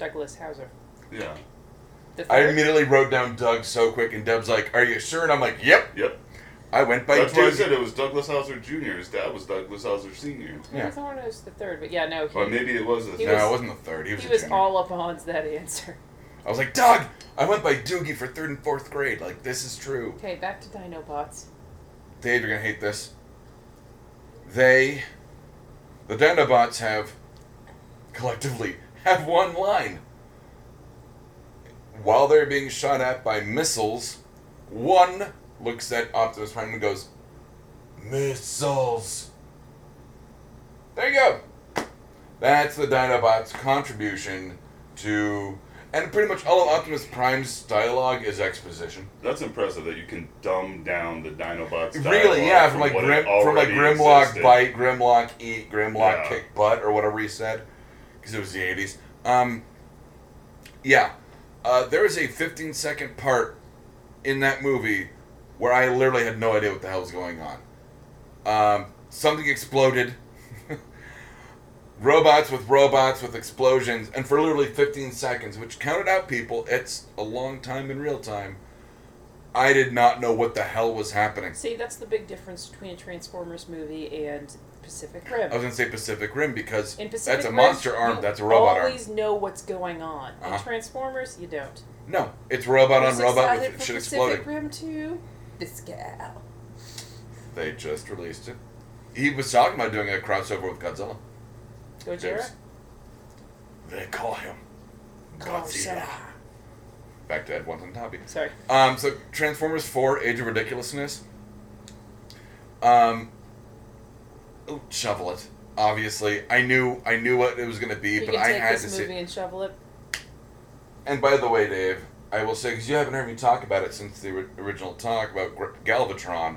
Speaker 1: Douglas Hauser.
Speaker 3: Yeah.
Speaker 1: The
Speaker 2: I
Speaker 1: third-
Speaker 2: immediately wrote down Doug so quick, and Deb's like, "Are you sure?" And I'm like, "Yep."
Speaker 3: Yep.
Speaker 2: I went by
Speaker 3: That's why I
Speaker 2: Doug.
Speaker 3: said it was Douglas Hauser Jr. His dad was Douglas Hauser Sr.
Speaker 1: I was the one who was the third, but yeah, no, he,
Speaker 3: Or maybe it was the
Speaker 1: He
Speaker 2: no,
Speaker 1: was-
Speaker 2: it wasn't the third. He was.
Speaker 1: he
Speaker 2: a
Speaker 1: was
Speaker 2: junior.
Speaker 1: all up on that answer.
Speaker 2: I was like, Doug, I went by Doogie for third and fourth grade. Like, this is true.
Speaker 1: Okay, back to Dinobots.
Speaker 2: Dave, you're gonna hate this. They, the Dinobots have, collectively, have one line. While they're being shot at by missiles, one looks at Optimus Prime and goes, "Missiles." There you go. That's the Dinobot's contribution to, and pretty much all of Optimus Prime's dialogue is exposition.
Speaker 3: That's impressive that you can dumb down the Dinobots. dialogue
Speaker 2: Really, yeah, from like
Speaker 3: what
Speaker 2: grim,
Speaker 3: it
Speaker 2: from like
Speaker 3: already
Speaker 2: Grimlock
Speaker 3: existed.
Speaker 2: bite, Grimlock eat, Grimlock
Speaker 3: Yeah.
Speaker 2: kick butt, or whatever he said, because it was the eighties. Um, yeah, Uh, there is a 15 second part in that movie where I literally had no idea what the hell was going on. Um, something exploded. robots with robots with explosions, and for literally 15 seconds, which counted out people, it's a long time in real time. I did not know what the hell was happening.
Speaker 1: See, that's the big difference between a Transformers movie and Pacific Rim.
Speaker 2: I was gonna say Pacific Rim because
Speaker 1: In Pacific
Speaker 2: that's a
Speaker 1: Rim,
Speaker 2: monster arm,
Speaker 1: you
Speaker 2: that's a robot arm.
Speaker 1: always know what's going on. In
Speaker 2: Uh-huh.
Speaker 1: Transformers, you don't.
Speaker 2: No, it's robot on
Speaker 1: Was
Speaker 2: robot
Speaker 1: excited
Speaker 2: with
Speaker 1: for
Speaker 2: shit
Speaker 1: Pacific
Speaker 2: exploding.
Speaker 1: Rim 2? This gal.
Speaker 2: They just released it. He was talking about doing a crossover with Godzilla.
Speaker 1: Gojira?
Speaker 2: James. They call him Godzilla. Back to Ed Wanton Tabby.
Speaker 1: Sorry.
Speaker 2: Um, so Transformers Four: Age of Ridiculousness. Um, oh, shovel it. Obviously, I knew I knew what it was going to be,
Speaker 1: you
Speaker 2: but
Speaker 1: can
Speaker 2: I
Speaker 1: take
Speaker 2: had
Speaker 1: this
Speaker 2: to
Speaker 1: movie
Speaker 2: see.
Speaker 1: and shovel it.
Speaker 2: And by the way, Dave, I will say because you haven't heard me talk about it since the ori- original talk about Gr- Galvatron.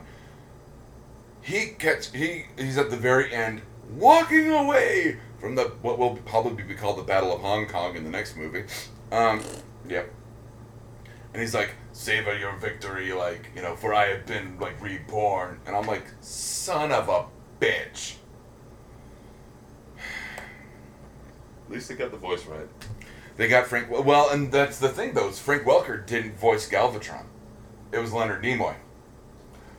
Speaker 2: He catch he he's at the very end, walking away from the what will probably be called the Battle of Hong Kong in the next movie. Um, yep. And he's like, "Savor your victory, like you know, for I have been like reborn." And I'm like, "Son of a bitch."
Speaker 3: At least they got the voice right.
Speaker 2: They got Frank. Well, and that's the thing though. Is Frank Welker didn't voice Galvatron. It was Leonard Nimoy.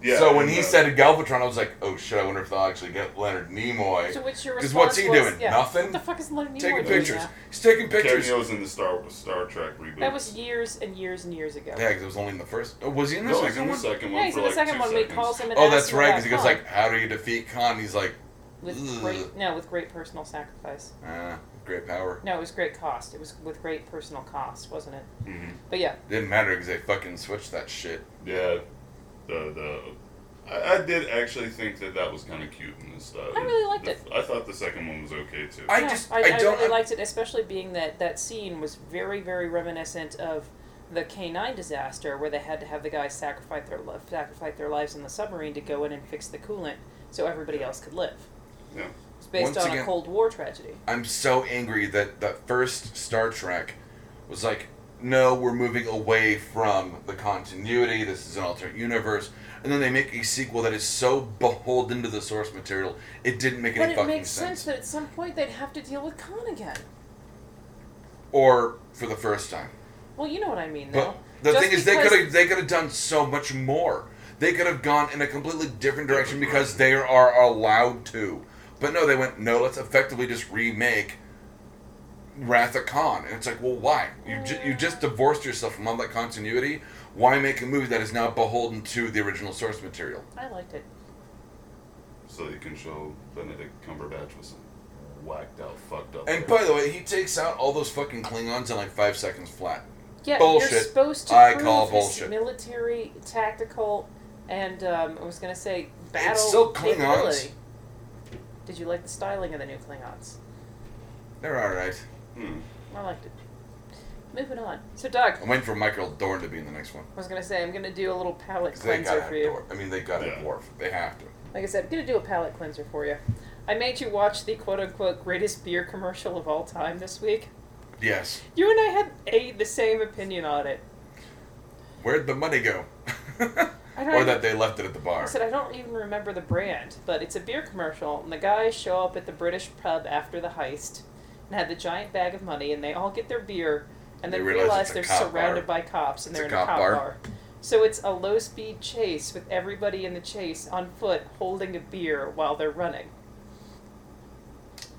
Speaker 3: Yeah.
Speaker 2: so when
Speaker 3: and,
Speaker 2: he
Speaker 3: uh,
Speaker 2: said Galvatron, I was like, oh shit, I wonder if they'll actually get Leonard Nimoy.
Speaker 1: So what's your
Speaker 2: 'Cause
Speaker 1: response?
Speaker 2: what's he
Speaker 1: was-
Speaker 2: doing?
Speaker 1: yeah.
Speaker 2: Nothing?
Speaker 1: What the fuck is Leonard Nimoy
Speaker 2: taking
Speaker 1: doing
Speaker 2: pictures.
Speaker 1: now?
Speaker 2: He's taking pictures.
Speaker 3: cameos in the Star Star Trek reboot.
Speaker 1: That was years and years and years ago.
Speaker 2: Yeah, because it was only in the first. Oh, was he in the
Speaker 3: no, he's in
Speaker 2: second
Speaker 3: the
Speaker 2: one?
Speaker 3: second one.
Speaker 1: Yeah, he's
Speaker 3: for
Speaker 1: in the
Speaker 3: like
Speaker 1: second
Speaker 3: two
Speaker 1: one where he
Speaker 3: seconds.
Speaker 1: calls him an
Speaker 2: Oh, that's
Speaker 1: asshole
Speaker 2: right.
Speaker 1: about
Speaker 2: Because he goes
Speaker 1: Khan.
Speaker 2: like, "How do you defeat Khan?" He's like,
Speaker 1: with
Speaker 2: Ugh.
Speaker 1: great no, with great personal sacrifice.
Speaker 2: "Ah, great power."
Speaker 1: No, it was great cost. It was with great personal cost, wasn't it?
Speaker 3: Mhm.
Speaker 1: But yeah,
Speaker 2: Didn't matter because they fucking switched that shit.
Speaker 3: Mm-hmm. Yeah, the the. I, I did actually think that that was kind of cute in this stuff.
Speaker 1: I really liked it.
Speaker 3: I thought the second one was okay too.
Speaker 2: I
Speaker 1: no,
Speaker 2: just-
Speaker 1: I,
Speaker 2: I don't-
Speaker 1: really
Speaker 2: I-
Speaker 1: liked it, especially being that that scene was very very reminiscent of the K nine disaster where they had to have the guys sacrifice their li- sacrifice their lives in the submarine to go in and fix the coolant so everybody else could live.
Speaker 3: Yeah.
Speaker 1: It's based
Speaker 2: Once
Speaker 1: on a
Speaker 2: again-
Speaker 1: Cold War tragedy.
Speaker 2: I'm so angry that that first Star Trek was like, no, we're moving away from the continuity. This is an alternate universe, and then they make a sequel that is so beholden to the source material, it didn't make
Speaker 1: But
Speaker 2: any
Speaker 1: it
Speaker 2: fucking
Speaker 1: makes
Speaker 2: sense.
Speaker 1: sense that at some point they'd have to deal with Khan again.
Speaker 2: or for the first time.
Speaker 1: Well, you know what I mean, though.
Speaker 2: But the
Speaker 1: Just
Speaker 2: thing is, they
Speaker 1: because-
Speaker 2: could have they could have done so much more. They could have gone in a completely different direction because they are allowed to. But no, they went no. Let's effectively just remake Wrath of Khan, and it's like, well, why? You ju- you just divorced yourself from all that continuity. Why make a movie that is now beholden to the original source material?
Speaker 1: I liked it.
Speaker 3: So you can show Benedict Cumberbatch with some whacked out, fucked up.
Speaker 2: And
Speaker 3: hair.
Speaker 2: by the way, he takes out all those fucking Klingons in like five seconds flat.
Speaker 1: Yeah, you're
Speaker 2: Bullshit.
Speaker 1: supposed to
Speaker 2: I
Speaker 1: prove
Speaker 2: call
Speaker 1: his
Speaker 2: bullshit.
Speaker 1: military, tactical, and um, I was gonna say battle
Speaker 2: still Klingons.
Speaker 1: capability. Did you like the styling of the new Klingons?
Speaker 2: They're all right.
Speaker 3: Hmm.
Speaker 1: I liked it. Moving on. So, Doug, I
Speaker 2: I'm waiting for Michael Dorn to be in the next one.
Speaker 1: was gonna say I'm gonna do a little palate
Speaker 2: 'Cause They
Speaker 1: cleanser
Speaker 2: gotta have
Speaker 1: for you.
Speaker 2: Dorn. I mean, they gotta
Speaker 3: Yeah.
Speaker 2: have Worf. They have to.
Speaker 1: Like I said, I'm gonna do a palate cleanser for you. I made you watch the quote unquote greatest beer commercial of all time this week.
Speaker 2: Yes.
Speaker 1: You and I had a the same opinion on it.
Speaker 2: Where'd the money go?
Speaker 1: I don't
Speaker 2: or
Speaker 1: even-
Speaker 2: that they left it at the
Speaker 1: I
Speaker 2: bar.
Speaker 1: said, I don't even remember the brand, but it's a beer commercial, and the guys show up at the British pub after the heist and had the giant bag of money, and they all get their beer, and
Speaker 2: They
Speaker 1: then
Speaker 2: realize
Speaker 1: realize
Speaker 2: it's a
Speaker 1: they're
Speaker 2: cop
Speaker 1: surrounded
Speaker 2: bar.
Speaker 1: by cops, and
Speaker 2: It's
Speaker 1: they're
Speaker 2: a
Speaker 1: in a
Speaker 2: cop
Speaker 1: cop
Speaker 2: bar.
Speaker 1: bar. So it's a low speed chase with everybody in the chase on foot holding a beer while they're running.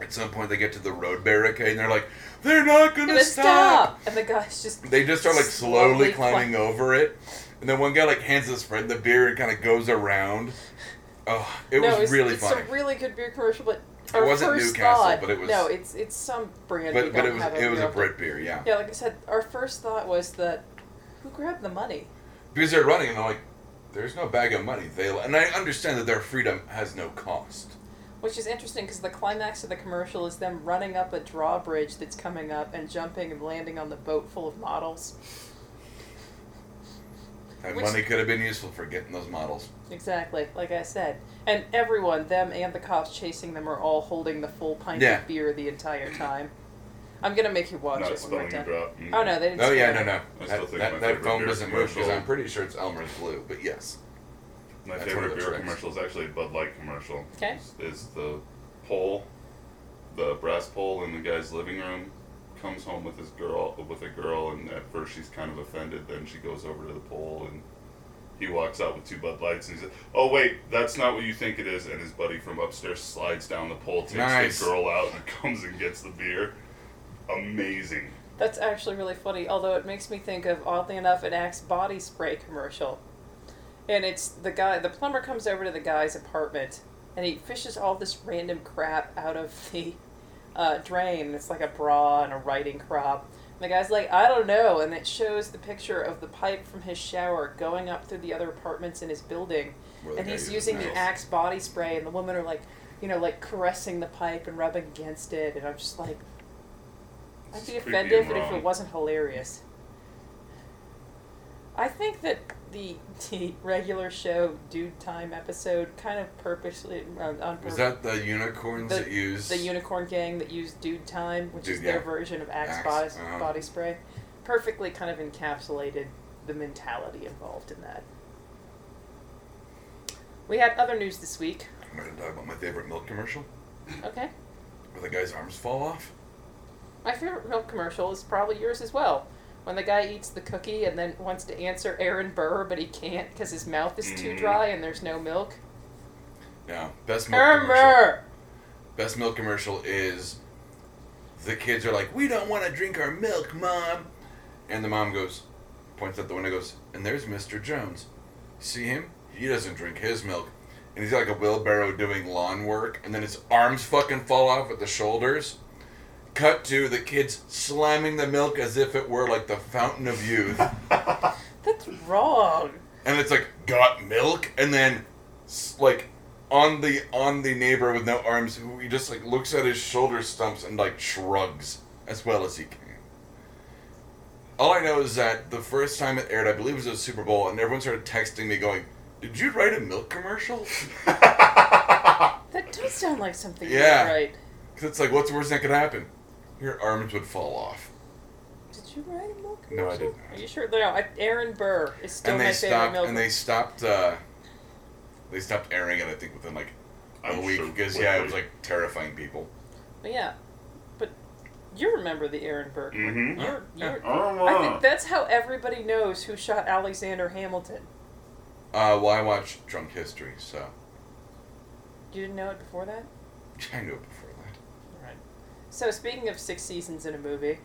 Speaker 2: At some point, they get to the road barricade and they're like, they're not gonna
Speaker 1: And then
Speaker 2: stop.
Speaker 1: And the guys just
Speaker 2: They just start like
Speaker 1: Slowly
Speaker 2: slowly
Speaker 1: climb-
Speaker 2: climbing over it, and then one guy like hands his friend the beer and kind of goes around. Oh, it
Speaker 1: no,
Speaker 2: was
Speaker 1: it's,
Speaker 2: really
Speaker 1: it's
Speaker 2: funny.
Speaker 1: a really good beer commercial, but our
Speaker 2: wasn't
Speaker 1: first
Speaker 2: Newcastle,
Speaker 1: thought,
Speaker 2: but it was-
Speaker 1: no, it's it's some brand. we
Speaker 2: but but
Speaker 1: don't
Speaker 2: it was
Speaker 1: have
Speaker 2: it was
Speaker 1: real-
Speaker 2: a Brit beer, yeah.
Speaker 1: Yeah, like I said, our first thought was that who grabbed the money?
Speaker 2: Because they're running and they're like, there's no bag of money. They and I understand that their freedom has no cost.
Speaker 1: Which is interesting because the climax of the commercial is them running up a drawbridge that's coming up and jumping and landing on the boat full of models.
Speaker 2: That
Speaker 1: Which-
Speaker 2: money could have been useful for getting those models.
Speaker 1: Exactly, like I said. And everyone, them and the cops chasing them, are all holding the full pint
Speaker 2: Yeah.
Speaker 1: of beer the entire time. I'm gonna make you watch
Speaker 3: Not
Speaker 1: it when we're
Speaker 3: spelling
Speaker 1: done.
Speaker 3: drop. Mm-hmm.
Speaker 1: Oh no, they didn't.
Speaker 2: Oh yeah,
Speaker 1: spell
Speaker 2: no,
Speaker 1: it.
Speaker 2: no.
Speaker 3: I still
Speaker 2: That,
Speaker 3: think my
Speaker 2: that, that
Speaker 3: favorite
Speaker 2: phone
Speaker 3: beer
Speaker 2: doesn't move because
Speaker 3: commercial-
Speaker 2: I'm pretty sure it's Elmer's Blue. But yes,
Speaker 3: My
Speaker 2: That's one
Speaker 3: favorite
Speaker 2: of those
Speaker 3: beer
Speaker 2: tricks.
Speaker 3: commercial is actually a Bud Light commercial.
Speaker 1: Okay.
Speaker 3: Is, is the pole, the brass pole in the guy's living room, comes home with his girl with a girl, and at first she's kind of offended. Then she goes over to the pole and. He walks out with two Bud Lights and he says, "Oh wait, that's not what you think it is." And his buddy from upstairs slides down the pole, takes
Speaker 2: Nice.
Speaker 3: the girl out, and comes and gets the beer. Amazing.
Speaker 1: That's actually really funny. Although it makes me think of oddly enough an Axe body spray commercial, and it's the guy. The plumber comes over to the guy's apartment, and he fishes all this random crap out of the uh, drain. It's like a bra and a riding crop. And the guy's like, I don't know, and it shows the picture of the pipe from his shower going up through the other apartments in his building.
Speaker 2: Where the
Speaker 1: and
Speaker 2: guy
Speaker 1: he's
Speaker 2: uses
Speaker 1: using the
Speaker 2: knives.
Speaker 1: axe body spray, and the women are like, you know, like caressing the pipe and rubbing against it, and I'm just like, I'd
Speaker 3: It's
Speaker 1: be
Speaker 3: creepy
Speaker 1: offended
Speaker 3: and
Speaker 1: if
Speaker 3: wrong.
Speaker 1: it wasn't hilarious. I think that the the regular show dude time episode kind of purposely um, on purpose.
Speaker 2: was that the unicorns
Speaker 1: The-
Speaker 2: that use
Speaker 1: the unicorn gang that used dude time, which is
Speaker 2: Dude,
Speaker 1: their
Speaker 2: yeah.
Speaker 1: version of Axe,
Speaker 2: Axe,
Speaker 1: body,
Speaker 2: uh-huh.
Speaker 1: body spray, perfectly kind of encapsulated the mentality involved in that. We had other news this week.
Speaker 2: I'm gonna talk about my favorite milk commercial
Speaker 1: Okay.
Speaker 2: where the guy's arms fall off.
Speaker 1: My favorite milk commercial is probably yours as well. When the guy eats the cookie and then wants to answer Aaron Burr, but he can't because his mouth is too
Speaker 2: Mm-hmm.
Speaker 3: Mhm.
Speaker 1: dry and there's no milk.
Speaker 2: No, best milk
Speaker 1: Aaron
Speaker 2: commercial.
Speaker 1: Burr!
Speaker 2: Best milk commercial is the kids are like, we don't want to drink our milk, mom, and the mom goes, points out the window, goes, and there's Mr. Jones. See him? He doesn't drink his milk. And he's like a wheelbarrow doing lawn work, and then his arms fucking fall off at the shoulders. Cut to the kids slamming the milk as if it were like the fountain of youth.
Speaker 1: That's wrong.
Speaker 2: and it's like got milk and then s- like on the on the neighbor with no arms who he just like looks at his shoulder stumps and like shrugs as well as he can all i know is that the first time it aired i believe it was a super bowl and everyone started texting me going did you write a milk commercial
Speaker 1: That does sound like something
Speaker 2: Yeah.
Speaker 1: yeah. right.
Speaker 2: because it's like what's the worst that could happen your arms would fall off
Speaker 1: Did you write a milk commercial?
Speaker 2: No, I didn't.
Speaker 1: Are you sure? No, I, Aaron Burr is still
Speaker 2: and
Speaker 1: my
Speaker 2: they
Speaker 1: favorite
Speaker 2: stopped
Speaker 1: milk
Speaker 2: and they stopped uh they stopped airing it i think within like a
Speaker 3: I'm
Speaker 2: week
Speaker 3: sure
Speaker 2: because yeah it was
Speaker 3: quickly.
Speaker 2: like terrifying people
Speaker 1: But yeah, but you remember the Aaron Burr.
Speaker 2: Mm-hmm.
Speaker 3: Mhm.
Speaker 1: You're, you're, I
Speaker 3: Oh,
Speaker 1: think that's how everybody knows who shot Alexander Hamilton.
Speaker 2: Uh, well, I watched Drunk History, so
Speaker 1: You didn't know it before that?
Speaker 2: I knew it before that.
Speaker 1: Right. So speaking of six seasons in a movie,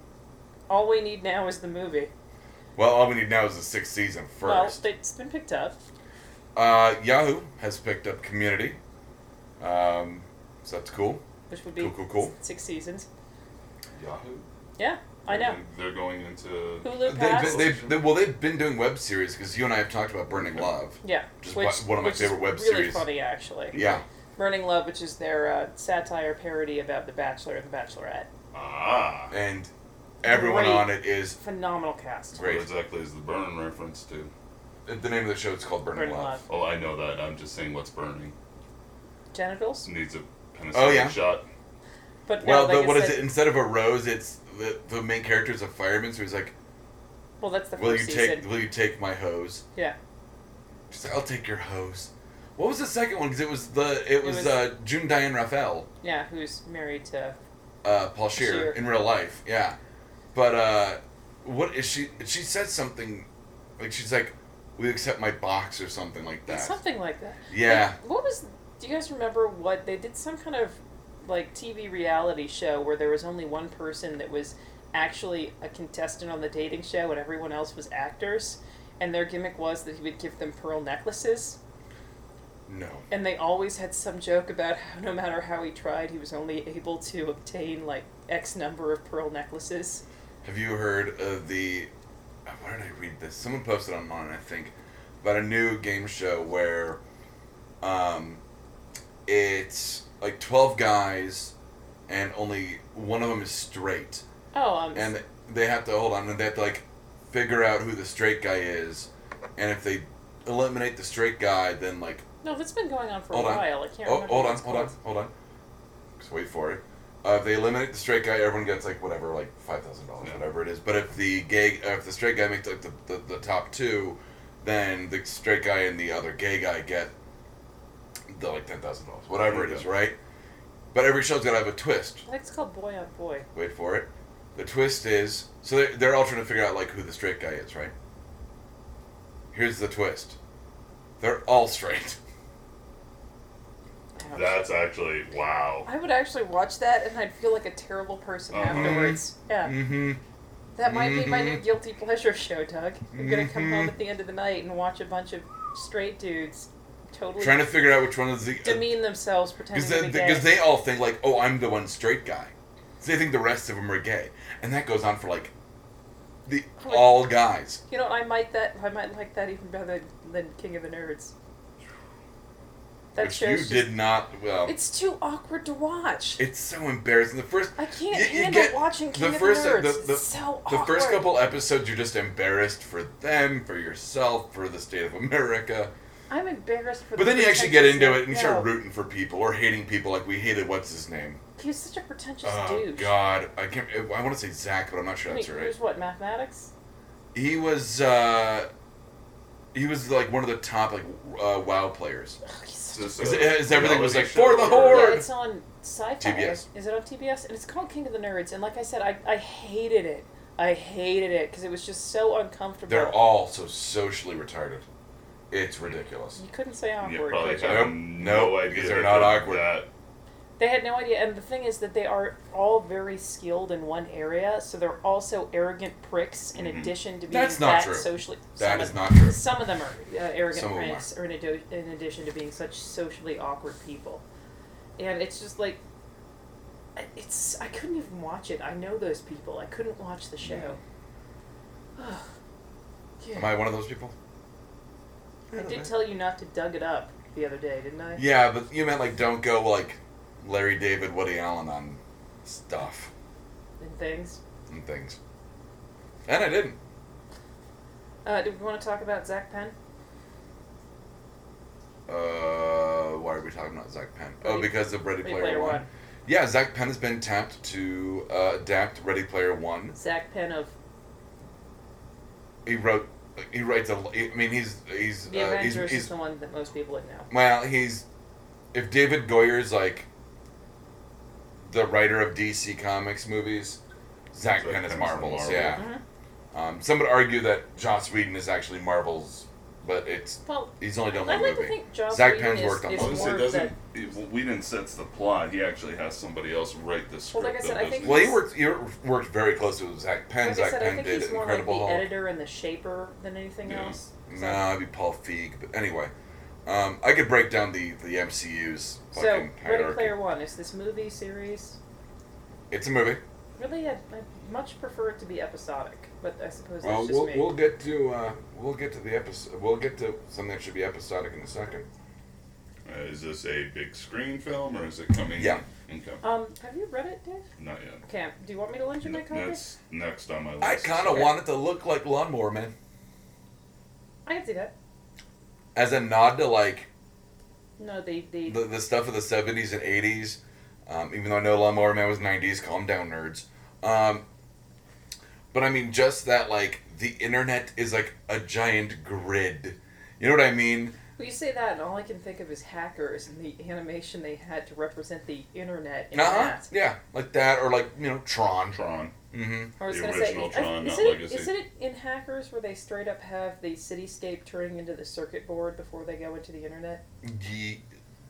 Speaker 1: all we need now is the movie.
Speaker 2: Well, all we need now is the sixth season
Speaker 1: Well,
Speaker 2: first.
Speaker 1: it's been picked up.
Speaker 2: Uh, Yahoo has picked up Community, um, so that's cool.
Speaker 1: Which would be
Speaker 2: Cool, cool, cool.
Speaker 1: six seasons.
Speaker 3: Yahoo.
Speaker 1: Yeah, I know.
Speaker 3: They're going into.
Speaker 1: Hulu
Speaker 2: They've,
Speaker 1: passed.
Speaker 2: been- they've, they, well, they've been doing web series because you and I have talked about Burning Love.
Speaker 1: yeah,
Speaker 2: Just
Speaker 1: which,
Speaker 2: one of my
Speaker 1: which
Speaker 2: favorite web
Speaker 1: is Really
Speaker 2: series.
Speaker 1: funny, actually.
Speaker 2: Yeah,
Speaker 1: Burning Love, which is their uh, satire parody about The Bachelor and The Bachelorette.
Speaker 3: Ah.
Speaker 2: and everyone
Speaker 1: Great.
Speaker 2: on it is
Speaker 1: Phenomenal cast.
Speaker 2: Great.
Speaker 3: What exactly is the burn reference to?
Speaker 2: the name of the show. It's called Burning,
Speaker 1: Burning
Speaker 2: Love.
Speaker 1: Love.
Speaker 3: Oh, I know that. I'm just saying what's burning.
Speaker 1: Genitals,
Speaker 3: Needs a penicillin
Speaker 2: Oh, yeah.
Speaker 3: shot.
Speaker 1: but
Speaker 2: Well,
Speaker 1: no, like
Speaker 2: the,
Speaker 1: I
Speaker 2: what is
Speaker 1: said-
Speaker 2: it? Instead of a rose, it's the, the main character is a fireman, so he's like,
Speaker 1: Well, that's the
Speaker 2: "Will you
Speaker 1: first season.
Speaker 2: take? Will you take my hose?"
Speaker 1: Yeah,
Speaker 2: She's like, I'll take your hose. What was the second one? Because it was the it was,
Speaker 1: was-
Speaker 2: uh, June Diane Raphael,
Speaker 1: yeah. Who's married to?
Speaker 2: uh, Paul Shear,
Speaker 1: Scheer.
Speaker 2: in real life. Yeah, but uh, what is she? She said something like she's like, "We accept my box" or something like that.
Speaker 1: Something like that.
Speaker 2: yeah,
Speaker 1: Like, what was? Do you guys remember what they did? Some kind of like TV reality show where there was only one person that was actually a contestant on the dating show, and everyone else was actors. And their gimmick was that he would give them pearl necklaces,
Speaker 2: no.
Speaker 1: and they always had some joke about how no matter how he tried, he was only able to obtain like X number of pearl necklaces.
Speaker 2: Have you heard of the? uh, Where did I read this? Someone posted online, I think, about a new game show where, um, it's like twelve guys, and only one of them is straight.
Speaker 1: Oh, um,
Speaker 2: and they have to hold on and they have to like figure out who the straight guy is and if they eliminate the straight guy then like
Speaker 1: no, that's been going on for a
Speaker 2: Hold on.
Speaker 1: while. I can't
Speaker 2: oh
Speaker 1: remember.
Speaker 2: hold
Speaker 1: what
Speaker 2: on
Speaker 1: it's
Speaker 2: hold on
Speaker 1: called.
Speaker 2: hold on just wait for it Uh, if they eliminate the straight guy, everyone gets like whatever, like five thousand dollars,
Speaker 3: Yeah.
Speaker 2: whatever it is. But if the gay, uh, if the straight guy makes like the, the, the top two, then the straight guy and the other gay guy get the like ten thousand dollars, whatever it is,
Speaker 3: Yeah.
Speaker 2: right? But every show's gonna have a twist.
Speaker 1: I think it's called Boy on Boy.
Speaker 2: Wait for it. The twist is so they're, they're all trying to figure out like who the straight guy is, right? Here's the twist. They're all straight.
Speaker 1: Ouch.
Speaker 3: That's actually wow.
Speaker 1: I would actually watch that and I'd feel like a terrible person
Speaker 3: Uh-huh.
Speaker 1: afterwards. Yeah.
Speaker 2: Mm-hmm.
Speaker 1: That might be my new
Speaker 2: Mhm.
Speaker 1: guilty pleasure show, Doug. I'm gonna come
Speaker 2: Mhm.
Speaker 1: home at the end of the night and watch a bunch of straight dudes totally
Speaker 2: Trying to figure out which one is the
Speaker 1: demean themselves pretending
Speaker 2: because
Speaker 1: to be gay.
Speaker 2: because they all think like, oh, I'm the one straight guy. So they think the rest of them are gay, and that goes on for like the
Speaker 1: Like-
Speaker 2: all guys.
Speaker 1: you know, I might that I might like that even better than King of the Nerds. That
Speaker 2: which you
Speaker 1: show's just-
Speaker 2: did not. Well, it's,
Speaker 1: It's too awkward to watch.
Speaker 2: so embarrassing. The first
Speaker 1: I can't
Speaker 2: You- you
Speaker 1: handle
Speaker 2: get-
Speaker 1: watching King
Speaker 2: the
Speaker 1: of
Speaker 2: first- uh,
Speaker 1: the
Speaker 2: the-
Speaker 1: Nerds.
Speaker 2: the-
Speaker 1: it's so
Speaker 2: the
Speaker 1: awkward.
Speaker 2: first couple episodes, you're just embarrassed for them, for yourself, for the state of America.
Speaker 1: I'm embarrassed for.
Speaker 2: But
Speaker 1: the
Speaker 2: then you actually get into
Speaker 1: pretentious-
Speaker 2: it and you
Speaker 1: no.
Speaker 2: start rooting for people or hating people, like we hated what's his name.
Speaker 1: He's such a pretentious
Speaker 2: Oh
Speaker 1: douche.
Speaker 2: God, I can't. I want to say Zach, but I'm not sure
Speaker 1: Wait,
Speaker 2: that's right.
Speaker 1: here's what mathematics.
Speaker 2: He was uh he was like one of the top like uh, WoW players.
Speaker 1: Ugh, he's such
Speaker 3: Is,
Speaker 2: Is it- is everything was like, for the
Speaker 1: a-
Speaker 2: whore?
Speaker 1: yeah, it's on Sci-Fi.
Speaker 2: TBS.
Speaker 1: Is it on TBS? And it's called King of the Nerds. And like I said, I, I hated it. I hated it because it was just so uncomfortable.
Speaker 2: They're all so socially retarded. It's ridiculous.
Speaker 1: you couldn't say
Speaker 3: You
Speaker 1: awkward.
Speaker 3: probably
Speaker 1: could you?
Speaker 2: Nope,
Speaker 3: have no
Speaker 2: nope,
Speaker 3: idea.
Speaker 2: because they're
Speaker 3: that
Speaker 2: not
Speaker 3: did
Speaker 2: awkward.
Speaker 3: That.
Speaker 1: They had no idea, and the thing is that they are all very skilled in one area, so they're also arrogant pricks. In
Speaker 3: Mhm.
Speaker 1: addition to being
Speaker 2: That's not
Speaker 1: that
Speaker 2: true.
Speaker 1: socially,
Speaker 2: That
Speaker 1: some
Speaker 2: is
Speaker 1: of-
Speaker 2: not true.
Speaker 1: Some of them are uh, arrogant
Speaker 2: Some of them
Speaker 1: pricks, or in, ado- in addition to being such socially awkward people, and it's just like, I- it's I couldn't even watch it. I know those people. I couldn't watch the show. Ugh. Yeah.
Speaker 2: Am I one of those people?
Speaker 1: I did tell you not to dug it up the other day, didn't I?
Speaker 2: Yeah, but you meant like don't go like Larry David, Woody Allen on stuff
Speaker 1: And things.
Speaker 2: and things. And I didn't.
Speaker 1: Uh, do we want to talk about Zach Penn?
Speaker 2: Uh, why are we talking about Zach Penn? Oh,
Speaker 1: Ready-
Speaker 2: because of Ready
Speaker 1: Ready
Speaker 2: Player,
Speaker 1: Player
Speaker 2: One.
Speaker 1: One.
Speaker 2: Yeah, Zach Penn has been tapped to uh, adapt Ready Player One
Speaker 1: Zach Penn of
Speaker 2: Uh, he wrote he writes a I mean he's he's
Speaker 1: The
Speaker 2: uh,
Speaker 1: Avengers
Speaker 2: he's,
Speaker 1: is
Speaker 2: he's
Speaker 1: the one that most people would know.
Speaker 2: well he's if David Goyer's like the writer of DC Comics movies Zach
Speaker 3: Zach
Speaker 2: Penn is
Speaker 3: Penn's
Speaker 2: Marvel's
Speaker 3: Marvel.
Speaker 2: yeah
Speaker 1: Mhm.
Speaker 2: um, some would argue that Joss Whedon is actually Marvel's but it's
Speaker 1: Well,
Speaker 2: he's only done
Speaker 1: I
Speaker 2: one
Speaker 1: like to
Speaker 2: movie
Speaker 1: think Joss
Speaker 2: Zach
Speaker 1: Whedon
Speaker 2: Penn's
Speaker 1: is,
Speaker 2: worked on
Speaker 1: is
Speaker 2: those.
Speaker 3: Honestly,
Speaker 1: more
Speaker 3: it
Speaker 1: of
Speaker 3: doesn't.
Speaker 1: that.
Speaker 3: It, Whedon sets the plot. He actually has somebody else write the
Speaker 1: Well,
Speaker 3: script.
Speaker 1: like I said,
Speaker 3: that
Speaker 1: I think
Speaker 3: doesn't-
Speaker 2: well he worked he worked very closely with Zach Penn
Speaker 1: Like
Speaker 2: Zach
Speaker 1: I said,
Speaker 2: Penn
Speaker 1: I think
Speaker 2: did
Speaker 1: he's more
Speaker 2: Incredible
Speaker 1: like the
Speaker 2: Hulk
Speaker 1: editor and the shaper than anything
Speaker 3: Yeah.
Speaker 1: else. So-
Speaker 2: nah it'd be Paul Feig but anyway um, I could break down the the MCU's
Speaker 1: So,
Speaker 2: fucking
Speaker 1: Ready
Speaker 2: hierarchy
Speaker 1: Player One is this movie series.
Speaker 2: it's a movie.
Speaker 1: Really, I, I much prefer it to be episodic, but I suppose
Speaker 2: Well,
Speaker 1: that's just
Speaker 2: we'll,
Speaker 1: me.
Speaker 2: we'll get to uh, we'll get to the episode. We'll get to something that should be episodic in a second.
Speaker 3: Uh, is this a big screen film or is it coming?
Speaker 2: Yeah.
Speaker 3: Okay.
Speaker 1: Um, have you read it, Dave?
Speaker 3: Not yet.
Speaker 1: Okay, do you want me to lend you my
Speaker 3: N-
Speaker 1: copy?
Speaker 3: That's next on my list.
Speaker 2: I kind of want it to look like Lawnmower Man
Speaker 1: I can see that.
Speaker 2: as a nod to like
Speaker 1: No, they they
Speaker 2: the, the stuff of the seventies and eighties. Um, even though I know Lawnmower Man was nineties, calm down, nerds. Um, but I mean, just that like the internet is like a giant grid. You know what I mean?
Speaker 1: Well, you say that, and all I can think of is hackers and the animation they had to represent the internet in
Speaker 2: Uh-huh.
Speaker 1: that.
Speaker 2: Yeah, like that, or like you know Tron.
Speaker 3: Tron.
Speaker 2: Mm-hmm.
Speaker 1: I was
Speaker 3: The
Speaker 1: gonna say,
Speaker 3: original
Speaker 1: I-
Speaker 3: Tron,
Speaker 1: is
Speaker 3: not
Speaker 1: it,
Speaker 3: Legacy.
Speaker 1: isn't it in hackers where they straight up have the cityscape turning into the circuit board before they go into the internet?
Speaker 2: Ye-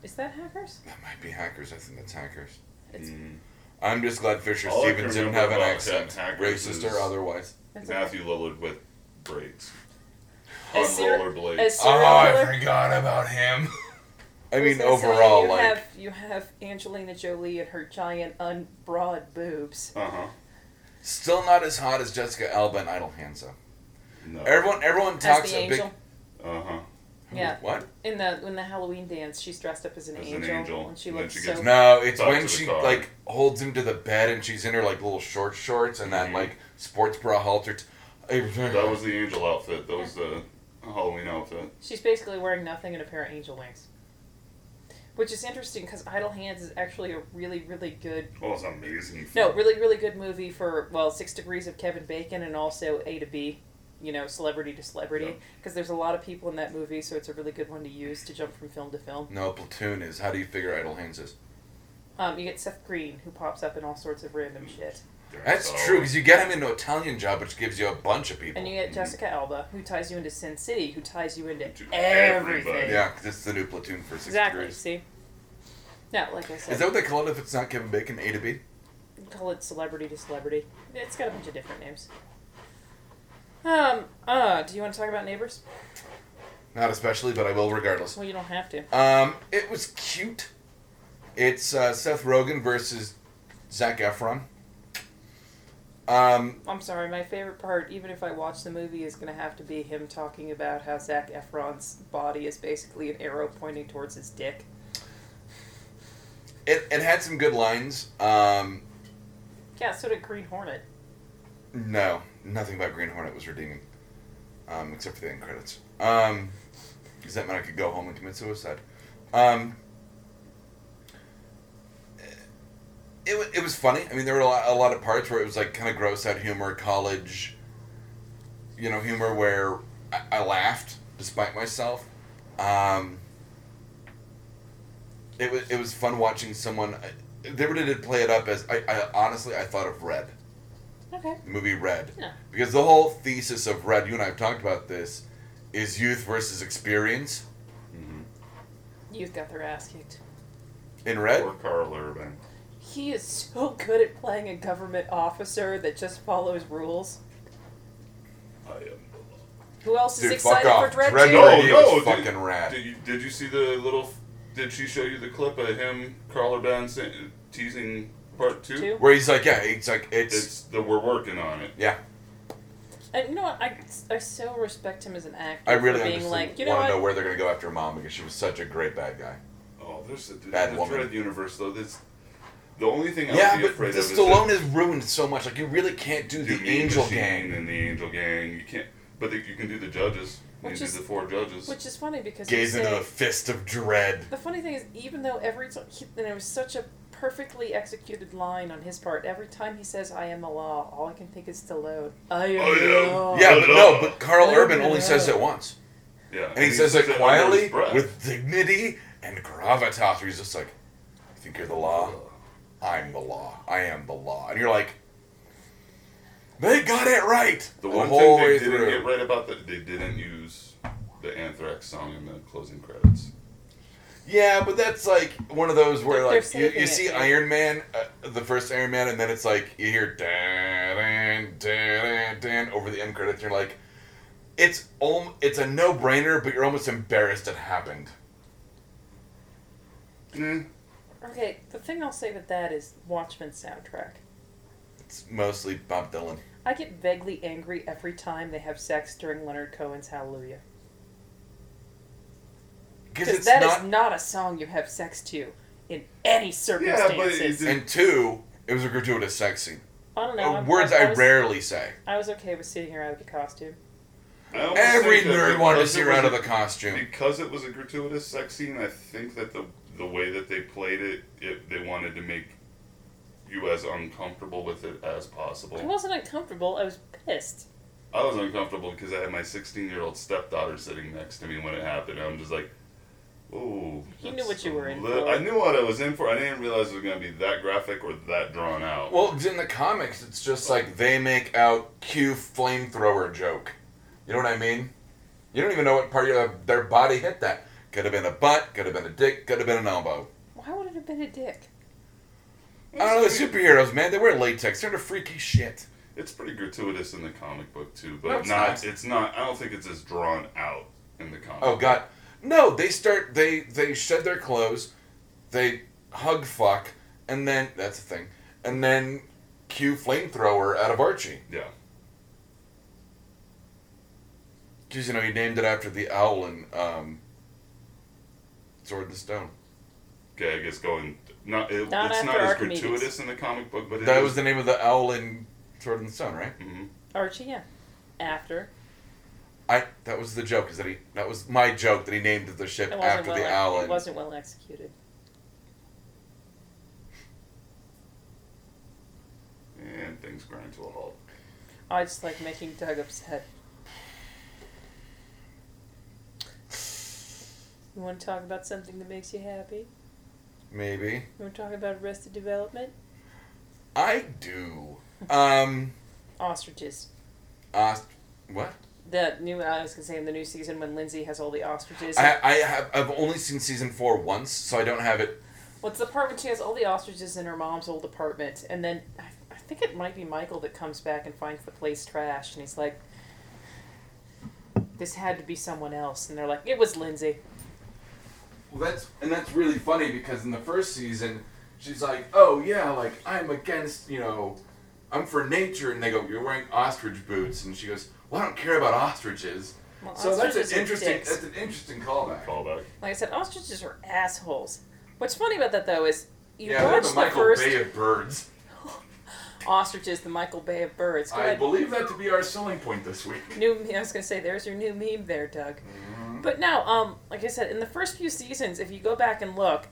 Speaker 1: Is that hackers?
Speaker 2: that might be hackers. I think that's hackers.
Speaker 1: It's,
Speaker 3: Mm.
Speaker 2: I'm just glad Fisher
Speaker 3: All I can
Speaker 2: Stevens didn't
Speaker 3: remember
Speaker 2: have an
Speaker 3: about
Speaker 2: accent,
Speaker 3: that hackers
Speaker 2: racist
Speaker 3: is-
Speaker 2: or otherwise.
Speaker 1: that's okay.
Speaker 3: Matthew Lillard with braids.
Speaker 1: A
Speaker 3: On
Speaker 1: ser-
Speaker 3: rollerblades.
Speaker 1: a serial killer-
Speaker 2: forgot about him. Ah, I
Speaker 1: was
Speaker 2: mean,
Speaker 1: gonna say,
Speaker 2: overall,
Speaker 1: you
Speaker 2: like,
Speaker 1: have you have Angelina Jolie and her giant unbroad boobs.
Speaker 3: Uh huh.
Speaker 2: still not as hot as Jessica Alba and Idle Hands. though.
Speaker 3: No.
Speaker 2: Everyone, everyone
Speaker 1: As
Speaker 2: talks
Speaker 1: the
Speaker 2: a big.
Speaker 1: angel,
Speaker 3: uh huh.
Speaker 1: yeah.
Speaker 2: What?
Speaker 1: In the in the Halloween dance, she's dressed up as an,
Speaker 3: As an
Speaker 1: angel,
Speaker 3: angel,
Speaker 1: and she
Speaker 3: and then
Speaker 1: looks
Speaker 3: she
Speaker 1: so
Speaker 3: gets
Speaker 2: No, it's
Speaker 3: Back to
Speaker 2: when
Speaker 3: the
Speaker 2: she
Speaker 3: car.
Speaker 2: like holds him to the bed and she's in her like little short shorts and that
Speaker 3: Mhm.
Speaker 2: like sports bra halter. T-
Speaker 3: That was the angel outfit. That was the Halloween outfit.
Speaker 1: She's basically wearing nothing and a pair of angel wings. Which is interesting because Idle Hands is actually a really, really good
Speaker 3: Oh, it's amazing.
Speaker 1: no, really, really good movie for well, Six Degrees of Kevin Bacon and also A to B, you know, celebrity to
Speaker 3: Yeah.
Speaker 1: celebrity, because there's a lot of people in that movie, so it's a really good one to use to jump from film to film.
Speaker 2: No, Platoon is. How do you figure Idle Hands is?
Speaker 1: Um, you get Seth Green who pops up in all sorts of random shit,
Speaker 3: They're
Speaker 2: That's
Speaker 3: so-
Speaker 2: true, because you get him into Italian job, which gives you a bunch of people.
Speaker 1: and you get Jessica Alba who ties you into Sin City, who ties you into
Speaker 3: To everybody.
Speaker 1: everything.
Speaker 2: yeah, 'cause it's the new Platoon for six
Speaker 1: exactly.
Speaker 2: degrees.
Speaker 1: See. No, like I said,
Speaker 2: Is that what they call it if it's not Kevin Bacon? A to B?
Speaker 1: call it celebrity to celebrity. It's got a bunch of different names. Um. Uh. Do you want to talk about neighbors?
Speaker 2: Not especially, but I will regardless.
Speaker 1: Well, you don't have to.
Speaker 2: Um, it was cute. It's uh, Seth Rogen versus Zach Efron. Um,
Speaker 1: I'm sorry, my favorite part, even if I watch the movie, is going to have to be him talking about how Zach Efron's body is basically an arrow pointing towards his dick.
Speaker 2: it, it had some good lines. Um,
Speaker 1: Yeah, so did Green Hornet.
Speaker 2: no, nothing about Green Hornet was redeeming, um, except for the end credits. Um, because that meant I could go home and commit suicide. Um, it, wa- it was funny. I mean, there were a lot, a lot of parts where it was like kind of gross out humor, college, you know, humor where I, I laughed despite myself. Um, it was it was fun watching someone. I- They really did play it up as I, I honestly I thought of Red
Speaker 1: Okay.
Speaker 2: the movie Red
Speaker 1: Yeah.
Speaker 2: because the whole thesis of Red, you and I have talked about this, is youth versus experience
Speaker 3: Mhm.
Speaker 1: You've got their ass kicked.
Speaker 2: in Red.
Speaker 3: Or Carl Urban.
Speaker 1: He is so good at playing a government officer that just follows rules.
Speaker 3: I am.
Speaker 1: Who else is
Speaker 2: Dude, fuck
Speaker 1: excited
Speaker 2: off.
Speaker 1: for Dread
Speaker 2: Dread
Speaker 1: 2?
Speaker 3: No,
Speaker 2: Radio
Speaker 3: Oh, no,
Speaker 2: is
Speaker 3: dude.
Speaker 2: fucking rad.
Speaker 3: Did you, did you see the little? f- Did she show you the clip of him, Carl Urban, sa- teasing part two?
Speaker 1: Two?
Speaker 2: Where he's like, yeah, it's like it's,
Speaker 3: It's the we're working on it.
Speaker 2: yeah.
Speaker 1: And you know what? I, I so respect him as an actor
Speaker 2: I really
Speaker 1: for being
Speaker 2: honestly
Speaker 1: like, you know
Speaker 2: want to know
Speaker 1: what?
Speaker 2: where they're gonna go after mom because she was such a great bad guy.
Speaker 3: Oh, there's a in
Speaker 2: Bad
Speaker 3: the
Speaker 2: woman.
Speaker 3: Dread universe though. This the only thing I
Speaker 2: yeah,
Speaker 3: would be
Speaker 2: but
Speaker 3: afraid
Speaker 2: the
Speaker 3: of
Speaker 2: Stallone
Speaker 3: is
Speaker 2: has ruined so much. Like you really can't do
Speaker 3: that
Speaker 2: the
Speaker 3: Mean
Speaker 2: Angel
Speaker 3: Machine
Speaker 2: Gang.
Speaker 3: and the Angel Gang. You can't, but the, you can do the judges. You
Speaker 1: Which
Speaker 3: can
Speaker 1: is-
Speaker 3: do the four judges.
Speaker 1: Which is funny because you
Speaker 2: Gaze into
Speaker 1: say-
Speaker 2: the fist of dread.
Speaker 1: The funny thing is, even though every time, and it was such a perfectly executed line on his part, every time he says, I am Allah, all I can think is Stallone. I am
Speaker 3: I am.
Speaker 1: Allah.
Speaker 2: Yeah,
Speaker 3: Oh,
Speaker 2: but
Speaker 3: no.
Speaker 2: no, but Carl
Speaker 1: Oh,
Speaker 2: Urban only
Speaker 1: no.
Speaker 2: says it once.
Speaker 3: yeah,
Speaker 2: And he says it
Speaker 3: under
Speaker 2: quietly,
Speaker 3: his breath.
Speaker 2: with dignity and gravitas. Where he's just like, "You think you're the law? I'm the law. I am the law." And you're like, "They got it right
Speaker 3: The one
Speaker 2: whole
Speaker 3: thing they
Speaker 2: way
Speaker 3: didn't
Speaker 2: through."
Speaker 3: get right about that they didn't use the Anthrax song in the closing credits.
Speaker 2: Yeah, but that's like one of those where
Speaker 1: They're-
Speaker 2: like
Speaker 1: they're
Speaker 2: you,
Speaker 1: saving
Speaker 2: you
Speaker 1: it,
Speaker 2: see
Speaker 1: yeah.
Speaker 2: Iron Man, uh, the first Iron Man, and then it's like you hear dan dan dan dan over the end credits. And you're like, it's om- it's a no brainer, but you're almost embarrassed it happened.
Speaker 3: Mm.
Speaker 1: Okay, the thing I'll say with that is Watchmen soundtrack.
Speaker 2: It's mostly Bob Dylan.
Speaker 1: I get vaguely angry every time they have sex during Leonard Cohen's Hallelujah.
Speaker 2: Because
Speaker 1: Because
Speaker 2: it's
Speaker 1: that is
Speaker 2: not
Speaker 1: not... a song you have sex to in any
Speaker 3: Yeah, but
Speaker 1: circumstances.
Speaker 3: it,
Speaker 2: And two, it was a gratuitous sex scene.
Speaker 1: I don't know.
Speaker 2: Uh,
Speaker 1: I'm-
Speaker 2: Words
Speaker 1: I,
Speaker 2: I
Speaker 1: was,
Speaker 2: rarely say.
Speaker 1: I was okay with seeing her out of the costume.
Speaker 3: I almost
Speaker 2: Every
Speaker 3: think that
Speaker 2: nerd wanted to
Speaker 3: because
Speaker 2: see
Speaker 3: it
Speaker 2: her
Speaker 3: was
Speaker 2: out of
Speaker 3: a-
Speaker 2: the costume.
Speaker 3: Because it was a gratuitous sex scene, I think that the the way that they played it, it they wanted to make you as uncomfortable with it as
Speaker 1: I
Speaker 3: possible.
Speaker 1: wasn't uncomfortable, I was pissed.
Speaker 3: I was uncomfortable because I had my 16 year old stepdaughter sitting next to me when it happened. and I'm just like, oh.
Speaker 1: You knew
Speaker 3: that's
Speaker 1: what you
Speaker 3: a
Speaker 1: were in
Speaker 3: lit-
Speaker 1: for.
Speaker 3: I knew what I was in for. I didn't realize it was going to be that graphic or that drawn out.
Speaker 2: Well, in the comics, it's just like they make out Q flamethrower joke. You know what I mean? You don't even know what part of their body hit that. Could have been a butt, could have been a dick, could have been an elbow.
Speaker 1: Why would it have been a dick?
Speaker 2: I don't know, the superheroes, man, they wear latex. They're the freaky shit.
Speaker 3: It's pretty gratuitous in the comic book too, but
Speaker 2: No, it's
Speaker 3: not.
Speaker 2: not.
Speaker 3: It's not. I don't think it's as drawn out in the comic.
Speaker 2: Oh god. No, they start they they shed their clothes, they hug fuck, and then that's a thing. And then cue flamethrower out of Archie.
Speaker 3: Yeah.
Speaker 2: Because you know he named it after the owl in um, Sword in the Stone.
Speaker 3: Okay, I guess going. Not. It,
Speaker 1: Not
Speaker 3: it's not
Speaker 1: after
Speaker 3: as
Speaker 1: Archimedes.
Speaker 3: gratuitous in the comic book, but it
Speaker 2: That
Speaker 3: is-
Speaker 2: was the name of the owl in Sword in the Stone, right?
Speaker 3: Mhm.
Speaker 1: Archie, yeah. After.
Speaker 2: I that was the joke. Is that he? That was my joke that he named the ship
Speaker 1: It wasn't
Speaker 2: after
Speaker 1: well
Speaker 2: the
Speaker 1: ex-
Speaker 2: owl.
Speaker 1: It
Speaker 2: in-
Speaker 1: wasn't well executed.
Speaker 3: and things grind to a halt.
Speaker 1: I just like making Doug upset. You want to talk about something that makes you happy?
Speaker 2: Maybe.
Speaker 1: You want to talk about Arrested Development?
Speaker 2: I do. Um,
Speaker 1: Ostriches.
Speaker 2: os- what?
Speaker 1: The new I was gonna say in the new season when Lindsay has all the ostriches.
Speaker 2: I, I have, I've only seen season four once, so I don't have it.
Speaker 1: What's the part when she has all the ostriches in her mom's old apartment, and then I, I think it might be Michael that comes back and finds the place trashed, and he's like, "This had to be someone else," and they're like, "It was Lindsay."
Speaker 2: Well, that's and that's really funny because in the first season, she's like, "Oh yeah, like I'm against you know, I'm for nature," and they go, "You're wearing ostrich boots," and she goes, "Well, I don't care about ostriches."
Speaker 1: Well,
Speaker 2: so that's
Speaker 1: ostriches
Speaker 2: an
Speaker 1: are
Speaker 2: interesting
Speaker 1: dicks.
Speaker 2: that's an interesting callback.
Speaker 3: Callback.
Speaker 1: Like I said, ostriches are assholes. What's funny about that though is you
Speaker 2: yeah, they're
Speaker 1: watch
Speaker 2: the
Speaker 1: the,
Speaker 2: Michael
Speaker 1: first
Speaker 2: Bay of birds.
Speaker 1: ostriches, the Michael Bay of birds. Go
Speaker 2: I
Speaker 1: ahead.
Speaker 2: believe that to be our selling point this week.
Speaker 1: New, I was gonna say, there's your new meme there, Doug. But no, um, like I said, in the first few seasons, if you go back and look,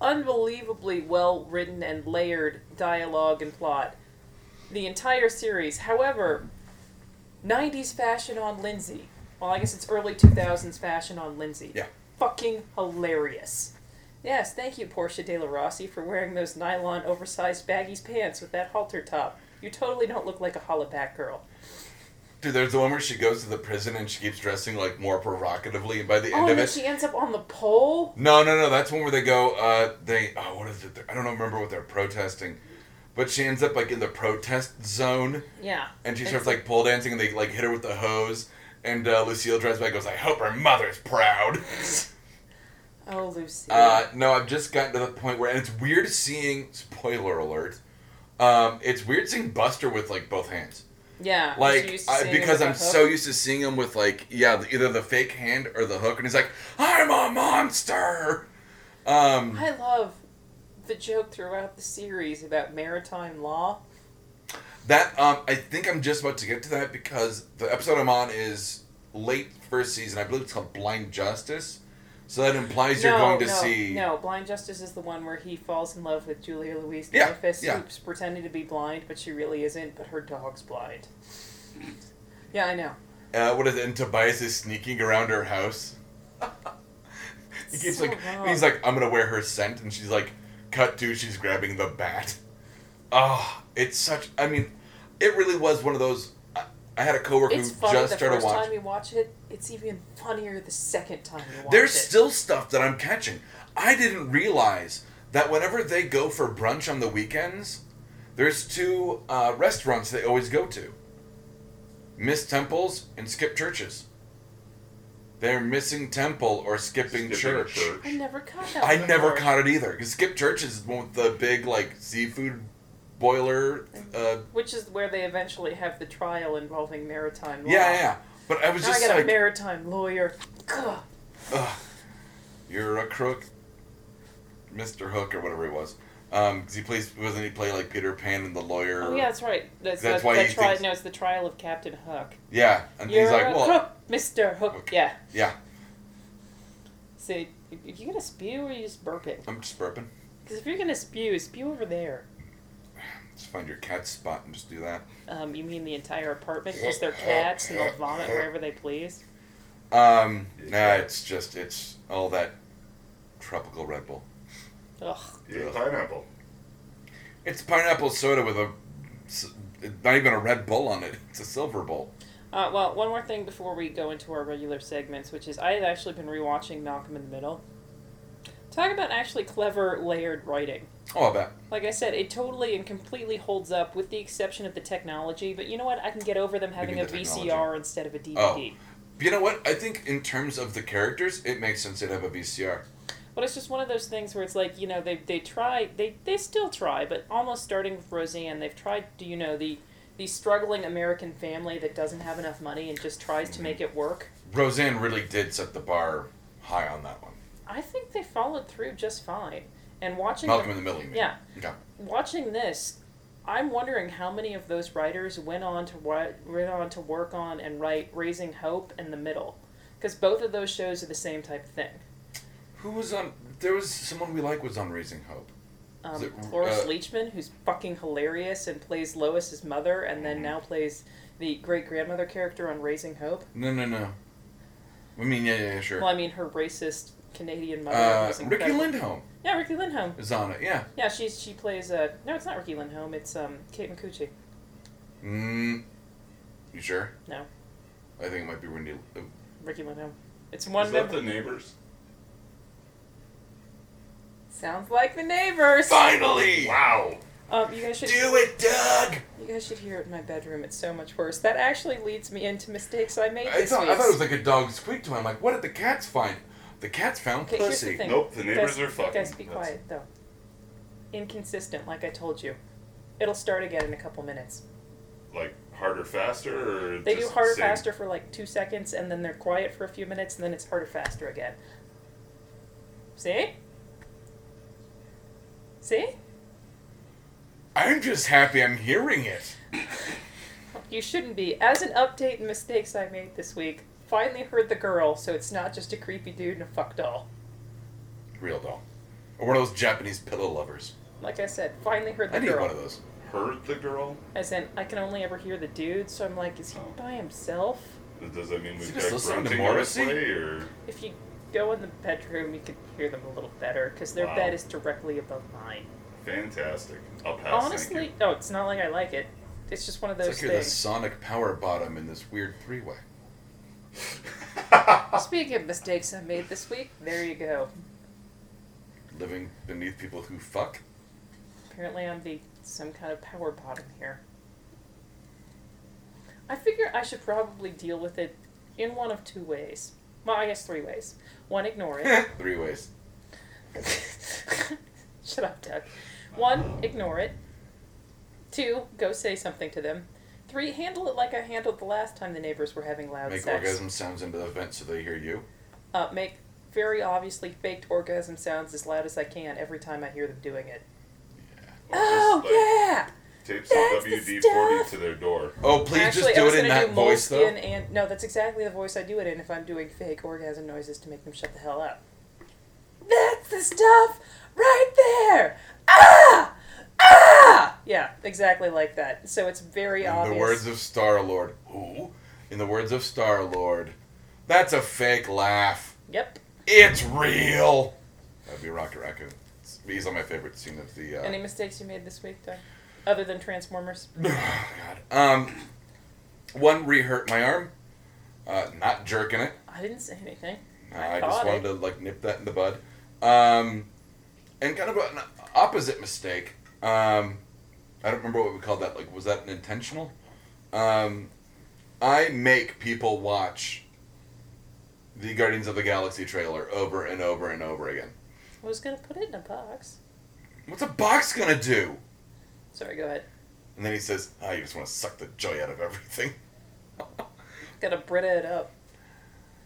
Speaker 1: unbelievably well written and layered dialogue and plot. The entire series, however, 90s fashion on Lindsay. Well, I guess it's early 2000s fashion on Lindsay.
Speaker 2: Yeah.
Speaker 1: Fucking hilarious. Yes, thank you, Portia de la Rossi, for wearing those nylon oversized baggy pants with that halter top. You totally don't look like a hollaback girl.
Speaker 2: Dude, there's the one where she goes to the prison and she keeps dressing like more provocatively, and by the
Speaker 1: Oh,
Speaker 2: end
Speaker 1: and
Speaker 2: of it,
Speaker 1: then she ends up on the pole.
Speaker 2: no, no, no, that's one where they go, uh, they, oh, what is it? I don't remember what they're protesting, but she ends up like in the protest zone,
Speaker 1: Yeah.
Speaker 2: and she starts like pole dancing, and they like hit her with the hose, and uh, Lucille drives by, and goes, I hope her mother's proud.
Speaker 1: Oh, Lucy.
Speaker 2: Uh, no, I've just gotten to the point where, and it's weird seeing. Spoiler alert. Um, it's weird seeing Buster with like both hands.
Speaker 1: yeah. she
Speaker 2: like
Speaker 1: used to
Speaker 2: I,
Speaker 1: sing in
Speaker 2: because
Speaker 1: the
Speaker 2: I'm
Speaker 1: hook.
Speaker 2: so used to seeing him with like yeah the- either the fake hand or the hook and he's like I'm a monster. Um,
Speaker 1: I love the joke throughout the series about maritime law.
Speaker 2: that um, I think I'm just about to get to that because the episode I'm on is late first season. I believe it's called Blind Justice. So that implies you're
Speaker 1: no,
Speaker 2: going to
Speaker 1: no,
Speaker 2: see
Speaker 1: No, Blind Justice is the one where he falls in love with Julia Louise
Speaker 2: Yeah,
Speaker 1: Dreyfus,
Speaker 2: yeah.
Speaker 1: who's pretending to be blind, but she really isn't. But her dog's blind. Yeah, I know.
Speaker 2: uh, what is it? And Tobias is sneaking around her house. he keeps
Speaker 1: So
Speaker 2: like
Speaker 1: wrong.
Speaker 2: he's like I'm gonna wear her scent and she's like cut to she's grabbing the bat. Oh, it's such. I mean, it really was one of those. I, I had a coworker
Speaker 1: It's
Speaker 2: who
Speaker 1: funny
Speaker 2: just
Speaker 1: the
Speaker 2: started
Speaker 1: first
Speaker 2: watching.
Speaker 1: time you watch it. It's even funnier the second time you watch
Speaker 2: There's
Speaker 1: it.
Speaker 2: still stuff that I'm catching. I didn't realize that whenever they go for brunch on the weekends, there's two uh, restaurants they always go to Miss Temple's and Skip Church's. They're missing temple or skipping,
Speaker 3: Skipping
Speaker 2: church.
Speaker 1: I never caught that.
Speaker 2: I
Speaker 1: one
Speaker 2: never
Speaker 1: before.
Speaker 2: caught it either. Because Skip Church is the one with the big, like, seafood boiler. Uh,
Speaker 1: Which is where they eventually have the trial involving maritime law.
Speaker 2: yeah, yeah. But I was
Speaker 1: Now I
Speaker 2: just
Speaker 1: got a
Speaker 2: like,
Speaker 1: maritime lawyer. Ugh.
Speaker 2: Ugh, you're a crook, Mr. Hook or whatever he was. Um, 'cause he plays wasn't he play like Peter Pan and the lawyer?
Speaker 1: Oh yeah, that's right. That's,
Speaker 2: That's
Speaker 1: that's
Speaker 2: why
Speaker 1: that
Speaker 2: he
Speaker 1: trial.
Speaker 2: thinks-
Speaker 1: No, it's the trial of Captain Hook.
Speaker 2: Yeah, and
Speaker 1: You're
Speaker 2: he's like,
Speaker 1: a
Speaker 2: well,
Speaker 1: crook, Mister Hook.
Speaker 2: Okay.
Speaker 1: Yeah.
Speaker 2: yeah,
Speaker 1: See, if- if you're gonna spew, or are you just burping?
Speaker 2: I'm just burping.
Speaker 1: Because if you're gonna spew, spew over there.
Speaker 2: Just find your cat spot and just do that.
Speaker 1: Um, you mean the entire apartment? Because they're cats and they'll vomit wherever they please.
Speaker 2: Um, nah, it's just it's all that tropical Red Bull.
Speaker 1: Ugh.
Speaker 3: Yeah, pineapple.
Speaker 2: It's pineapple soda with a s- not even a Red Bull on it. It's a Silver Bull.
Speaker 1: Uh, well, one more thing before we go into our regular segments, which is I had actually been rewatching Malcolm in the Middle. Talk about actually clever layered writing.
Speaker 2: Oh, I bet.
Speaker 1: Like I said, it totally and completely holds up with the exception of the technology, but you know what? I can get over them having
Speaker 2: mean
Speaker 1: a
Speaker 2: the technology. Oh.
Speaker 1: VCR instead of a DVD.
Speaker 2: But you know what? I think in terms of the characters, it makes sense they'd have a VCR.
Speaker 1: But it's just one of those things where it's like, you know, they, they try, they, they still try, but almost starting with Roseanne, they've tried, do you know, the, the struggling American family that doesn't have enough money and just tries
Speaker 2: Mm-hmm.
Speaker 1: to make it work.
Speaker 2: Roseanne really did set the bar high on that one.
Speaker 1: I think they followed through just fine. And watching
Speaker 2: Malcolm in the Middle, you mean?
Speaker 1: Yeah.
Speaker 2: Okay.
Speaker 1: watching this, I'm wondering how many of those writers went on to wi- went on to work on and write Raising Hope and The Middle, because both of those shows are the same type of thing.
Speaker 2: Who was on? There was someone we like was on Raising Hope.
Speaker 1: um,
Speaker 2: Is it,
Speaker 1: Cloris
Speaker 2: uh,
Speaker 1: Leachman, who's fucking hilarious and plays Lois's mother, and
Speaker 2: Mm-hmm.
Speaker 1: then now plays the great grandmother character on Raising Hope.
Speaker 2: No, no, no. I mean, yeah, yeah, yeah, sure.
Speaker 1: Well, I mean, her racist Canadian mother.
Speaker 2: Uh,
Speaker 1: was
Speaker 2: Ricky
Speaker 1: incredible.
Speaker 2: Lindholm
Speaker 1: Yeah, Ricky Lindholm.
Speaker 2: is on it. Yeah.
Speaker 1: Yeah, she's she plays. Uh, no, it's not Ricky Lindholm. It's um, Kate McCucci.
Speaker 2: Mm, you sure?
Speaker 1: No.
Speaker 2: I think it might be Wendy. uh,
Speaker 1: Ricky Lindholm. It's one
Speaker 3: Is that
Speaker 1: member.
Speaker 3: the neighbors?
Speaker 1: Sounds like the neighbors.
Speaker 2: Finally!
Speaker 3: Wow.
Speaker 1: Um, you guys
Speaker 2: Do
Speaker 1: should
Speaker 2: it, Doug!
Speaker 1: you guys should hear it in my bedroom. It's so much worse. That actually leads me into mistakes I made
Speaker 2: I
Speaker 1: this
Speaker 2: thought,
Speaker 1: week.
Speaker 2: I thought it was like a dog squeaked to him. I'm like, what did the cats find? The cats found
Speaker 1: Okay, here's the
Speaker 2: pussy.
Speaker 1: thing.
Speaker 3: Nope, the neighbors
Speaker 1: guys,
Speaker 3: are fucking.
Speaker 1: Guys, be
Speaker 3: That's-
Speaker 1: quiet though. Inconsistent, like I told you. It'll start again in a couple minutes.
Speaker 3: Like harder, faster, or
Speaker 1: They
Speaker 3: just
Speaker 1: do harder,
Speaker 3: same-
Speaker 1: faster for like two seconds, and then they're quiet for a few minutes, and then it's harder, faster again. See? See?
Speaker 2: I'm just happy I'm hearing it.
Speaker 1: You shouldn't be. As an update and mistakes I made this week, finally heard the girl, so it's not just a creepy dude and a fuck doll.
Speaker 2: Real doll. Or one of those Japanese pillow lovers.
Speaker 1: Like I said, finally heard the
Speaker 2: I need
Speaker 1: girl.
Speaker 2: one of those.
Speaker 3: Heard the girl?
Speaker 1: As in, I can only ever hear the dude, so I'm like, is he
Speaker 3: Oh.
Speaker 1: by himself?
Speaker 3: Does that mean
Speaker 2: Is he
Speaker 3: we've
Speaker 2: just
Speaker 3: got
Speaker 2: listening to
Speaker 3: grunting on this
Speaker 2: Morrissey?
Speaker 3: way, or
Speaker 1: If you go in the bedroom, you can hear them a little better, because their
Speaker 3: Wow.
Speaker 1: bed is directly above mine.
Speaker 3: fantastic? I'll pass.
Speaker 1: Honestly, no, it's not like I like it. It's just one of
Speaker 2: It's
Speaker 1: those
Speaker 2: like you're the
Speaker 1: things.
Speaker 2: sonic power bottom in this weird three way.
Speaker 3: thank you.
Speaker 1: Speaking of mistakes I made this week, there you go.
Speaker 2: Living beneath people who fuck.
Speaker 1: Apparently, I'm the some kind of power bottom here. I figure I should probably deal with it in one of two ways. Well, I guess three ways. One, ignore it.
Speaker 2: Three ways.
Speaker 1: Shut up, Doug. One, ignore it. Two, go say something to them. Three, handle it like I handled the last time the neighbors were having loud
Speaker 2: Make
Speaker 1: sex.
Speaker 2: orgasm sounds into the vent so they hear you.
Speaker 1: Uh, make very obviously faked orgasm sounds as loud as I can every time I hear them doing it.
Speaker 3: Or
Speaker 1: oh,
Speaker 3: just, like,
Speaker 1: yeah!
Speaker 3: Tape some
Speaker 1: That's the
Speaker 3: WD
Speaker 1: stuff.
Speaker 3: forty to their door.
Speaker 2: Oh, please
Speaker 1: Actually,
Speaker 2: just do
Speaker 1: I was
Speaker 2: it in
Speaker 1: gonna
Speaker 2: that
Speaker 1: do
Speaker 2: voice, though.
Speaker 1: Moleskin And no, that's exactly the voice I do it in if I'm doing fake orgasm noises to make them shut the hell up. That's the stuff right there. Ah, ah. Yeah, exactly like that. So it's very
Speaker 2: In
Speaker 1: obvious.
Speaker 2: the words of Star Lord, who? In the words of Star Lord, that's a fake laugh.
Speaker 1: yep.
Speaker 2: It's real. That'd be Rocket Raccoon. It's- He's on my favorite scene of the. Uh,
Speaker 1: Any mistakes you made this week, though, other than Transformers?
Speaker 2: God. Um, one rehurt my arm. Uh, not jerking it.
Speaker 1: I didn't say anything.
Speaker 2: I,
Speaker 1: caught
Speaker 2: just wanted
Speaker 1: it.
Speaker 2: to like nip that in the bud. Um, and kind of an opposite mistake. Um, I don't remember what we called that. Like, was that an intentional? Um, I make people watch the Guardians of the Galaxy trailer over and over and over again.
Speaker 1: I was gonna put it in a box.
Speaker 2: What's a box gonna do?
Speaker 1: Sorry, go ahead.
Speaker 2: And then he says, "I you just want to suck the joy out of everything."
Speaker 1: Gotta Brita it up.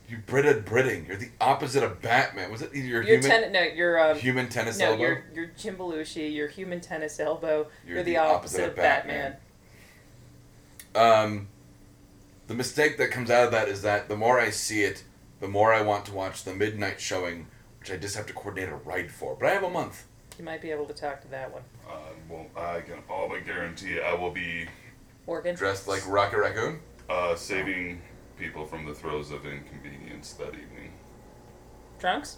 Speaker 2: You Brita Britting. You're the opposite of Batman. Was it your
Speaker 1: Your
Speaker 2: human
Speaker 1: ten, no, your um,
Speaker 2: human tennis
Speaker 1: no,
Speaker 2: elbow?
Speaker 1: your your Jim Belushi, your human tennis elbow. You're,
Speaker 2: You're
Speaker 1: the,
Speaker 2: the
Speaker 1: opposite,
Speaker 2: opposite
Speaker 1: of
Speaker 2: of Batman. um, the mistake that comes out of that is that the more I see it, the more I want to watch the midnight showing, which I just have to coordinate a ride for. But I have a month.
Speaker 1: You might be able to talk to that one.
Speaker 3: Uh, well, I can all but guarantee I will be
Speaker 1: Morgan.
Speaker 2: Dressed like Rocket Raccoon.
Speaker 3: uh, saving people from the throes of inconvenience that evening.
Speaker 1: Drunks?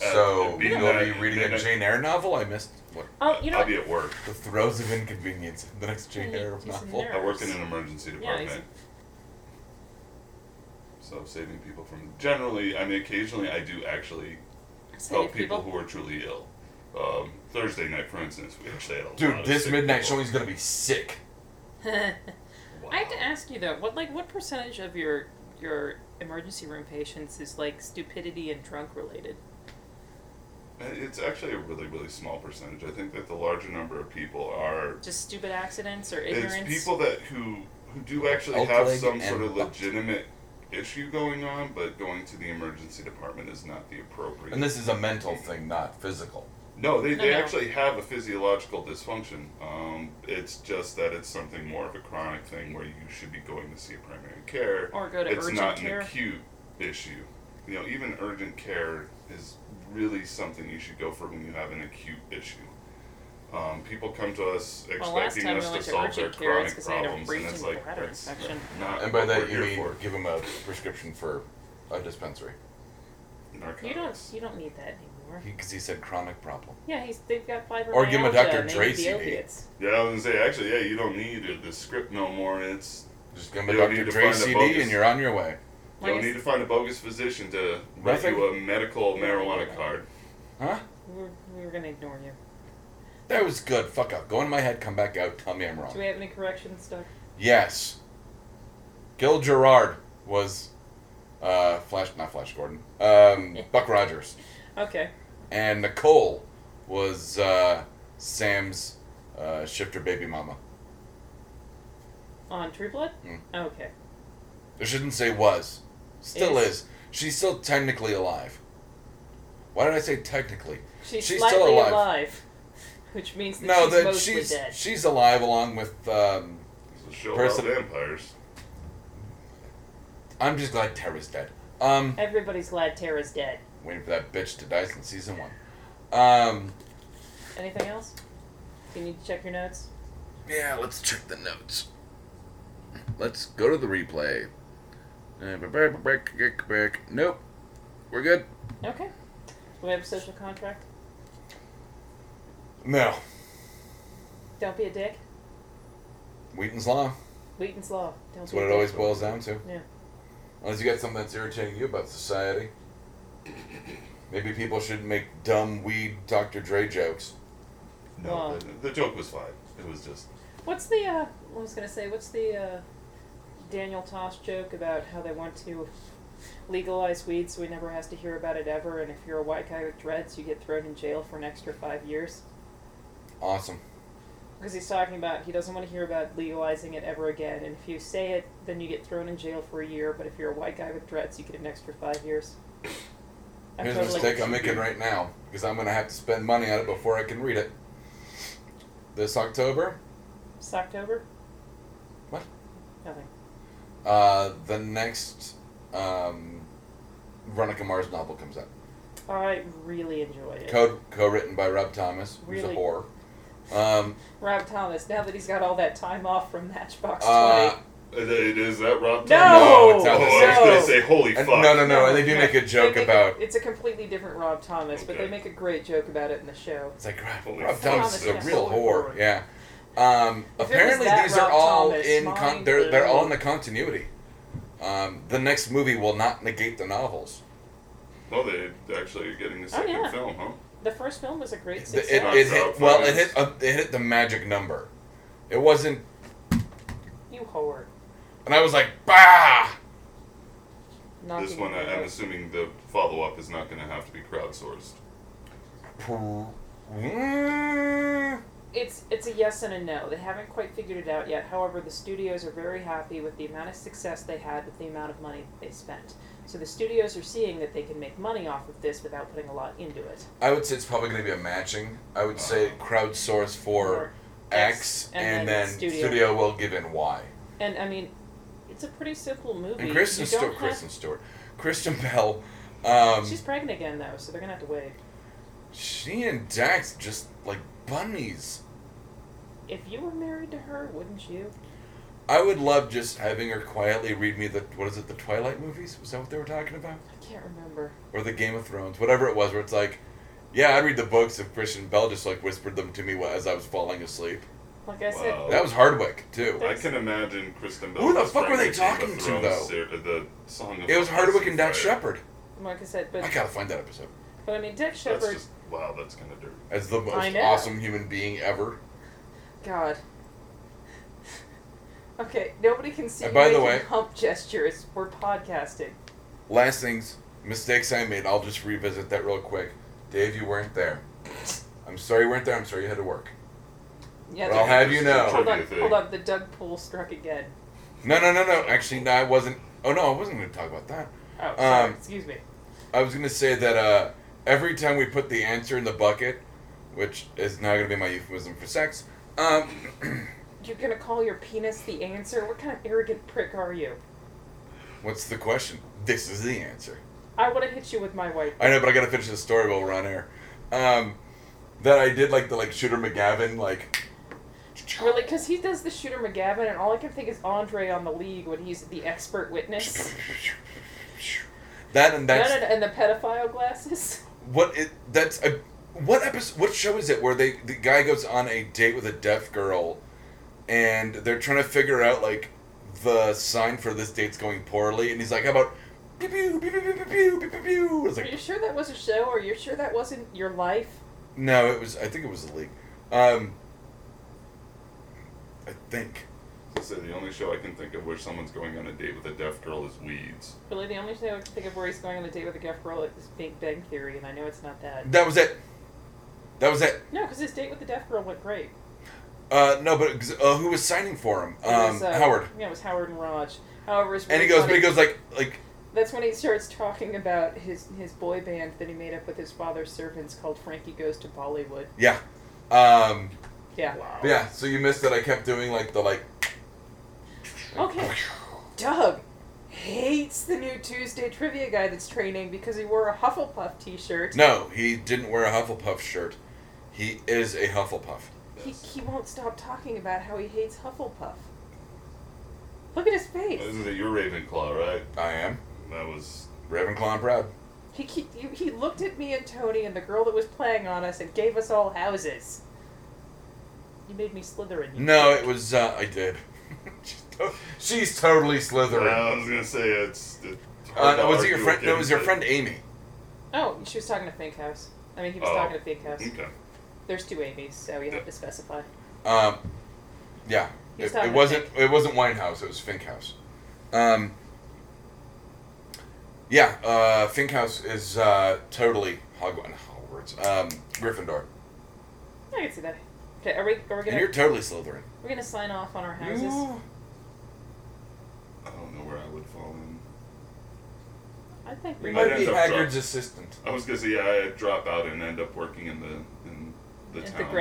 Speaker 3: Uh,
Speaker 2: So
Speaker 3: midnight-
Speaker 2: you'll be reading a
Speaker 3: midnight-
Speaker 2: Jane Eyre novel. I missed what
Speaker 1: Oh, you know
Speaker 3: Uh, I'll
Speaker 1: what?
Speaker 3: be at work.
Speaker 2: the throes of inconvenience. The next Jane
Speaker 1: Yeah,
Speaker 2: Eyre
Speaker 1: he's a
Speaker 2: novel.
Speaker 1: nerd.
Speaker 3: I work in an emergency
Speaker 1: Yeah, he's-
Speaker 3: department. so saving people from generally, I mean, occasionally I do actually help
Speaker 1: Save
Speaker 3: people,
Speaker 1: people.
Speaker 3: who are truly ill. Um, Thursday night, for instance, we actually had a lot
Speaker 2: Dude,
Speaker 3: of
Speaker 2: this
Speaker 3: sick
Speaker 2: midnight
Speaker 3: people.
Speaker 2: showing's gonna be sick.
Speaker 3: Wow.
Speaker 1: I have to ask you though, what like what percentage of your your emergency room patients is like stupidity and drunk related?
Speaker 3: Uh, It's actually a really, really small percentage. I think that the larger number of people are
Speaker 1: Just stupid accidents or
Speaker 3: it's
Speaker 1: ignorance?
Speaker 3: people that who who do actually
Speaker 2: Alt
Speaker 3: have
Speaker 2: leg
Speaker 3: some
Speaker 2: and
Speaker 3: sort of
Speaker 2: butt.
Speaker 3: legitimate issue going on, but going to the emergency department is not the appropriate.
Speaker 2: And this is a mental thing, not physical.
Speaker 3: no, they,
Speaker 1: No,
Speaker 3: they
Speaker 1: no.
Speaker 3: actually have a physiological dysfunction. Um, it's just that it's something more of a chronic thing where you should be going to see a primary care.
Speaker 1: Or go to
Speaker 3: it's
Speaker 1: urgent
Speaker 3: not
Speaker 1: care.
Speaker 3: an acute issue. You know, even urgent care is really something you should go for when you have an acute issue. Um, people come to us
Speaker 1: Well, last
Speaker 3: expecting
Speaker 1: time we
Speaker 3: us to
Speaker 1: went to
Speaker 3: solve their
Speaker 1: urgent care, it's
Speaker 3: chronic
Speaker 1: because they had a
Speaker 3: problems, and
Speaker 1: raging
Speaker 3: it's like
Speaker 1: bladder
Speaker 3: that's
Speaker 1: infection.
Speaker 3: not
Speaker 2: And by
Speaker 3: what
Speaker 2: that
Speaker 3: we're
Speaker 2: you
Speaker 3: here
Speaker 2: mean
Speaker 3: for.
Speaker 2: give him a prescription for a dispensary.
Speaker 1: You don't.
Speaker 3: narcotics.
Speaker 1: You don't need that anymore.
Speaker 2: Because he, said chronic problem.
Speaker 1: Yeah, he's. They've got fibromyalgia.
Speaker 2: Or give him a Dr.
Speaker 1: and they
Speaker 2: Dre
Speaker 1: need the
Speaker 2: CD.
Speaker 1: opiates.
Speaker 3: Yeah, I was gonna say actually, yeah, you don't need it, the script no more. and It's
Speaker 2: Just give him a
Speaker 3: You don't need
Speaker 2: Dr.
Speaker 3: to
Speaker 2: Dre
Speaker 3: find a
Speaker 2: CD
Speaker 3: bogus.
Speaker 2: and you're on your way.
Speaker 3: you don't
Speaker 1: Like I
Speaker 3: need to find a bogus physician to write
Speaker 2: Nothing.
Speaker 3: you a medical marijuana card.
Speaker 2: Huh?
Speaker 1: s- we were, we were gonna ignore you.
Speaker 2: That was good. Fuck up. Go in my head, come back out, tell me I'm
Speaker 1: Do
Speaker 2: wrong.
Speaker 1: we have any corrections, Doug?
Speaker 2: Yes. Gil Gerard was uh, Flash, not Flash Gordon, um, Buck Rogers.
Speaker 1: Okay.
Speaker 2: And Nicole was uh, Sam's uh, shifter baby mama.
Speaker 1: On True Blood.
Speaker 2: Mm.
Speaker 1: Okay.
Speaker 2: I shouldn't say was. Still
Speaker 1: Is.
Speaker 2: is. She's still technically alive. Why did I say technically?
Speaker 1: She's,
Speaker 2: She's still
Speaker 1: slightly alive.
Speaker 2: alive.
Speaker 1: which means that
Speaker 2: No,
Speaker 1: she's
Speaker 2: that
Speaker 1: mostly
Speaker 2: she's
Speaker 1: dead.
Speaker 2: she's alive along with. Um,
Speaker 3: It's a show
Speaker 2: Person-
Speaker 3: about vampires.
Speaker 2: I'm just glad Tara's dead. Um,
Speaker 1: Everybody's glad Tara's dead.
Speaker 2: waiting for that bitch to die since season one. Um,
Speaker 1: Anything else? Do you need to check your notes?
Speaker 2: yeah, let's check the notes. Let's go to the replay. Uh, break, break, break, break. Nope, we're good.
Speaker 1: Okay. Do we have a social contract?
Speaker 2: No,
Speaker 1: Don't be a dick.
Speaker 2: Wheaton's law.
Speaker 1: Wheaton's law. Don't
Speaker 2: That's
Speaker 1: be
Speaker 2: what
Speaker 1: a
Speaker 2: it
Speaker 1: dick.
Speaker 2: always boils down to.
Speaker 1: Yeah.
Speaker 2: Unless you got something that's irritating you about society. Maybe people shouldn't make dumb weed Dr. Dre jokes.
Speaker 3: No,
Speaker 1: Wow.
Speaker 3: the, the joke was fine. It was just
Speaker 1: What's the uh I was gonna say, what's the uh Daniel Tosh joke about how they want to legalize weed so he never has to hear about it ever and if you're a white guy with dreads you get thrown in jail for an extra five years?
Speaker 2: Awesome.
Speaker 1: Because he's talking about he doesn't want to hear about legalizing it ever again and if you say it then you get thrown in jail for a year, but if you're a white guy with dreads you get an extra five years. I'm
Speaker 2: Here's a
Speaker 1: totally
Speaker 2: mistake I'm making right now because I'm going to have to spend money on it before I can read it. This October,
Speaker 1: Socktober?
Speaker 2: What?
Speaker 1: Nothing.
Speaker 2: uh, the next um, Veronica Mars novel comes out.
Speaker 1: I really enjoyed it.
Speaker 2: Co co written by Rob Thomas, who's
Speaker 1: Really?
Speaker 2: a whore. Um,
Speaker 1: Rob Thomas, now that he's got all that time off from Matchbox
Speaker 2: uh,
Speaker 1: 20.
Speaker 3: It- it is that Rob.
Speaker 1: No!
Speaker 2: No,
Speaker 3: Thomas?
Speaker 2: it's not the
Speaker 3: oh, I was
Speaker 2: same.
Speaker 3: gonna say, holy
Speaker 2: and,
Speaker 3: fuck!
Speaker 2: no, no, no. And they do
Speaker 1: No,
Speaker 2: make a
Speaker 1: they
Speaker 2: joke
Speaker 1: make a-
Speaker 2: about.
Speaker 1: it's a completely different Rob Thomas, but they
Speaker 3: Okay.
Speaker 1: make a great joke about it in the show.
Speaker 2: It's like Rob,
Speaker 3: Holy
Speaker 2: Rob
Speaker 3: fuck.
Speaker 2: Thomas is a
Speaker 1: Thomas is a
Speaker 2: real
Speaker 1: holy
Speaker 2: whore.
Speaker 1: whore.
Speaker 2: Yeah. Um,
Speaker 1: If it was
Speaker 2: apparently
Speaker 1: that
Speaker 2: these are
Speaker 1: Rob
Speaker 2: all
Speaker 1: Thomas,
Speaker 2: in con-
Speaker 1: mine
Speaker 2: they're they're all in the
Speaker 1: too.
Speaker 2: continuity. Um, the next movie will not negate the novels.
Speaker 3: Oh, they actually are getting the second
Speaker 1: Oh, yeah.
Speaker 3: film, huh?
Speaker 1: The first film was a great
Speaker 2: It, it,
Speaker 1: success.
Speaker 2: it hit
Speaker 3: Rob
Speaker 2: well. It
Speaker 3: Thomas.
Speaker 2: hit a, it hit the magic number. It wasn't,
Speaker 1: you whore.
Speaker 2: and I was like, bah.
Speaker 1: Knocking
Speaker 3: This one,
Speaker 1: it
Speaker 3: I, I'm
Speaker 1: over.
Speaker 3: assuming the follow-up is not going to have to be crowdsourced.
Speaker 1: It's it's a yes and a no. They haven't quite figured it out yet. However, the studios are very happy with the amount of success they had with the amount of money they spent. So the studios are seeing that they can make money off of this without putting a lot into it.
Speaker 2: I would say it's probably going to be a matching. I would say crowdsource for
Speaker 1: Or
Speaker 2: X, and, then, studio. will give in Y.
Speaker 1: And I mean, it's a pretty simple movie.
Speaker 2: And Kristen
Speaker 1: you don't
Speaker 2: Stewart,
Speaker 1: have-
Speaker 2: Kristen Stewart, Kristen Bell. Um,
Speaker 1: She's pregnant again though, so they're gonna have to wait.
Speaker 2: She and Dax just like bunnies.
Speaker 1: If you were married to her, wouldn't you?
Speaker 2: I would love just having her quietly read me the what is it, the Twilight movies? Was that what they were talking about?
Speaker 1: I can't remember.
Speaker 2: Or the Game of Thrones, whatever it was, where it's like, yeah, I'd read the books if Christian Bell just like whispered them to me wh- as I was falling asleep.
Speaker 1: Like I
Speaker 3: Wow.
Speaker 1: said,
Speaker 2: That was Hardwick too.
Speaker 3: I can imagine Kristen Bell.
Speaker 2: Who the
Speaker 3: was
Speaker 2: fuck were they
Speaker 3: trying
Speaker 2: talking to,
Speaker 3: Game of
Speaker 2: though?
Speaker 3: Thrones ser- the song of
Speaker 2: It was
Speaker 3: Fire
Speaker 2: Hardwick and Dax
Speaker 3: Fire.
Speaker 2: Shepard.
Speaker 1: like I said, but
Speaker 2: I gotta find that episode.
Speaker 1: but I mean, Dick
Speaker 3: That's
Speaker 1: Shepard.
Speaker 3: just wow. That's kind of dirty.
Speaker 2: As the most
Speaker 1: I know.
Speaker 2: awesome human being ever.
Speaker 1: God. Okay, nobody can see
Speaker 2: And by
Speaker 1: you
Speaker 2: the
Speaker 1: making
Speaker 2: way-
Speaker 1: hump gestures. We're podcasting.
Speaker 2: Last things, mistakes I made. I'll just revisit that real quick. Dave, you weren't there. I'm sorry you weren't there. I'm sorry you had to work.
Speaker 1: Yeah.
Speaker 2: Well, I'll
Speaker 1: the-
Speaker 2: have you know.
Speaker 1: hold on,
Speaker 3: Trivia thing.
Speaker 1: hold on. The Doug pool struck again.
Speaker 2: No, no, no, no. Actually, no, I wasn't. Oh, no, I wasn't going to talk about that.
Speaker 1: Oh, sorry.
Speaker 2: Um,
Speaker 1: excuse me.
Speaker 2: I was going to say that uh, every time we put the answer in the bucket, which is now going to be my euphemism for sex, um,
Speaker 1: You're gonna call your penis the answer? What kind of arrogant prick are you?
Speaker 2: what's the question? This is the answer.
Speaker 1: I want to hit you with my white.
Speaker 2: I know, but I got to finish the story while we're on air. Um, that I did like the like Shooter McGavin like.
Speaker 1: Really, because he does the Shooter McGavin, and all I can think is Andre on the league when he's the expert witness.
Speaker 2: That and that's
Speaker 1: No, no, no, and the pedophile glasses.
Speaker 2: what it that's a what episode what show is it where they the guy goes on a date with a deaf girl and they're trying to figure out like the sign for this date's going poorly and he's like how about pew pew pew pew pew pew pew pew pew it's
Speaker 1: Are you
Speaker 2: like
Speaker 1: sure that was a show? Or are you sure that wasn't your life?
Speaker 2: no it was I think it was the league um I think
Speaker 3: So the only show I can think of where someone's going on a date with a deaf girl is Weeds.
Speaker 1: Really, the only thing I can think of where he's going on a date with a deaf girl is Big Bang Theory, and I know it's not that.
Speaker 2: that was it that was it
Speaker 1: No, because his date with the deaf girl went great.
Speaker 2: uh no but uh, who was signing for him
Speaker 1: It
Speaker 2: um
Speaker 1: was, uh,
Speaker 2: Howard
Speaker 1: Yeah, it was Howard and Raj. However, it's
Speaker 2: and
Speaker 1: really
Speaker 2: he goes but he
Speaker 1: funny-
Speaker 2: goes like like
Speaker 1: That's when he starts talking about his his boy band that he made up with his father's servants called Frankie Goes to Bollywood.
Speaker 2: yeah um
Speaker 1: Yeah.
Speaker 3: Wow.
Speaker 2: Yeah, so you missed that I kept doing like the like.
Speaker 1: Okay. Doug hates the new Tuesday trivia guy that's training because he wore a Hufflepuff T-shirt.
Speaker 2: No, he didn't wear a Hufflepuff shirt. He is a Hufflepuff.
Speaker 1: He he won't stop talking about how he hates Hufflepuff. Look at his face.
Speaker 3: Isn't it your Ravenclaw, right?
Speaker 2: I am
Speaker 3: That was
Speaker 2: Ravenclaw and proud.
Speaker 1: He he, he looked at me and Tony and the girl that was playing on us and gave us all houses. You made me Slytherin. you
Speaker 2: No,
Speaker 1: prick.
Speaker 2: it was uh, I did. She's to- She's totally Slytherin.
Speaker 3: I was gonna say it's. It,
Speaker 2: Uh,
Speaker 3: hard to
Speaker 2: no, was it your
Speaker 3: argue
Speaker 2: friend? No, it was your
Speaker 3: against
Speaker 2: friend Amy.
Speaker 1: Oh, she was talking to Finkhouse. I mean, he was
Speaker 3: Oh.
Speaker 1: talking to Finkhouse.
Speaker 3: it. Okay.
Speaker 1: There's two Amy's, so you have to specify.
Speaker 2: Um, yeah,
Speaker 1: He was
Speaker 2: it,
Speaker 1: talking
Speaker 2: it
Speaker 1: to
Speaker 2: wasn't. It wasn't Winehouse. It was Finkhouse. Um, yeah, uh, Finkhouse is uh, totally Hogwarts. Hogwarts. Um, Gryffindor,
Speaker 1: I can see that. Okay, are we are we
Speaker 2: and
Speaker 1: gonna
Speaker 2: you're totally Slytherin.
Speaker 1: we're gonna sign off on our houses?
Speaker 3: I don't know where I would fall in.
Speaker 1: I think
Speaker 2: You
Speaker 1: we
Speaker 3: We
Speaker 2: might
Speaker 3: might
Speaker 2: be
Speaker 3: end up
Speaker 2: Hagrid's
Speaker 3: drunk.
Speaker 2: assistant.
Speaker 3: I was gonna say yeah, I'd drop out and end up working in the in the
Speaker 1: At the
Speaker 3: town. I'd be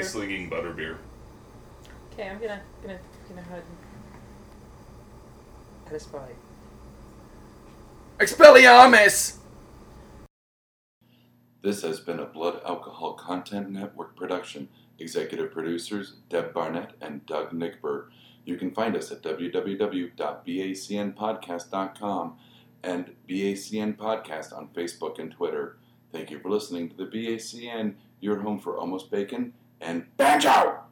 Speaker 1: groundskeeper.
Speaker 3: slinging butterbeer.
Speaker 1: Okay, I'm gonna gonna gonna hide. That is fine.
Speaker 2: Expelliarmus!
Speaker 4: This has been a Blood Alcohol Content Network production. Executive producers Deb Barnett and Doug Nickberg. You can find us at www.bacnpodcast.com and BACN Podcast on Facebook and Twitter. Thank you for listening to the BACN, your home for almost bacon and banjo!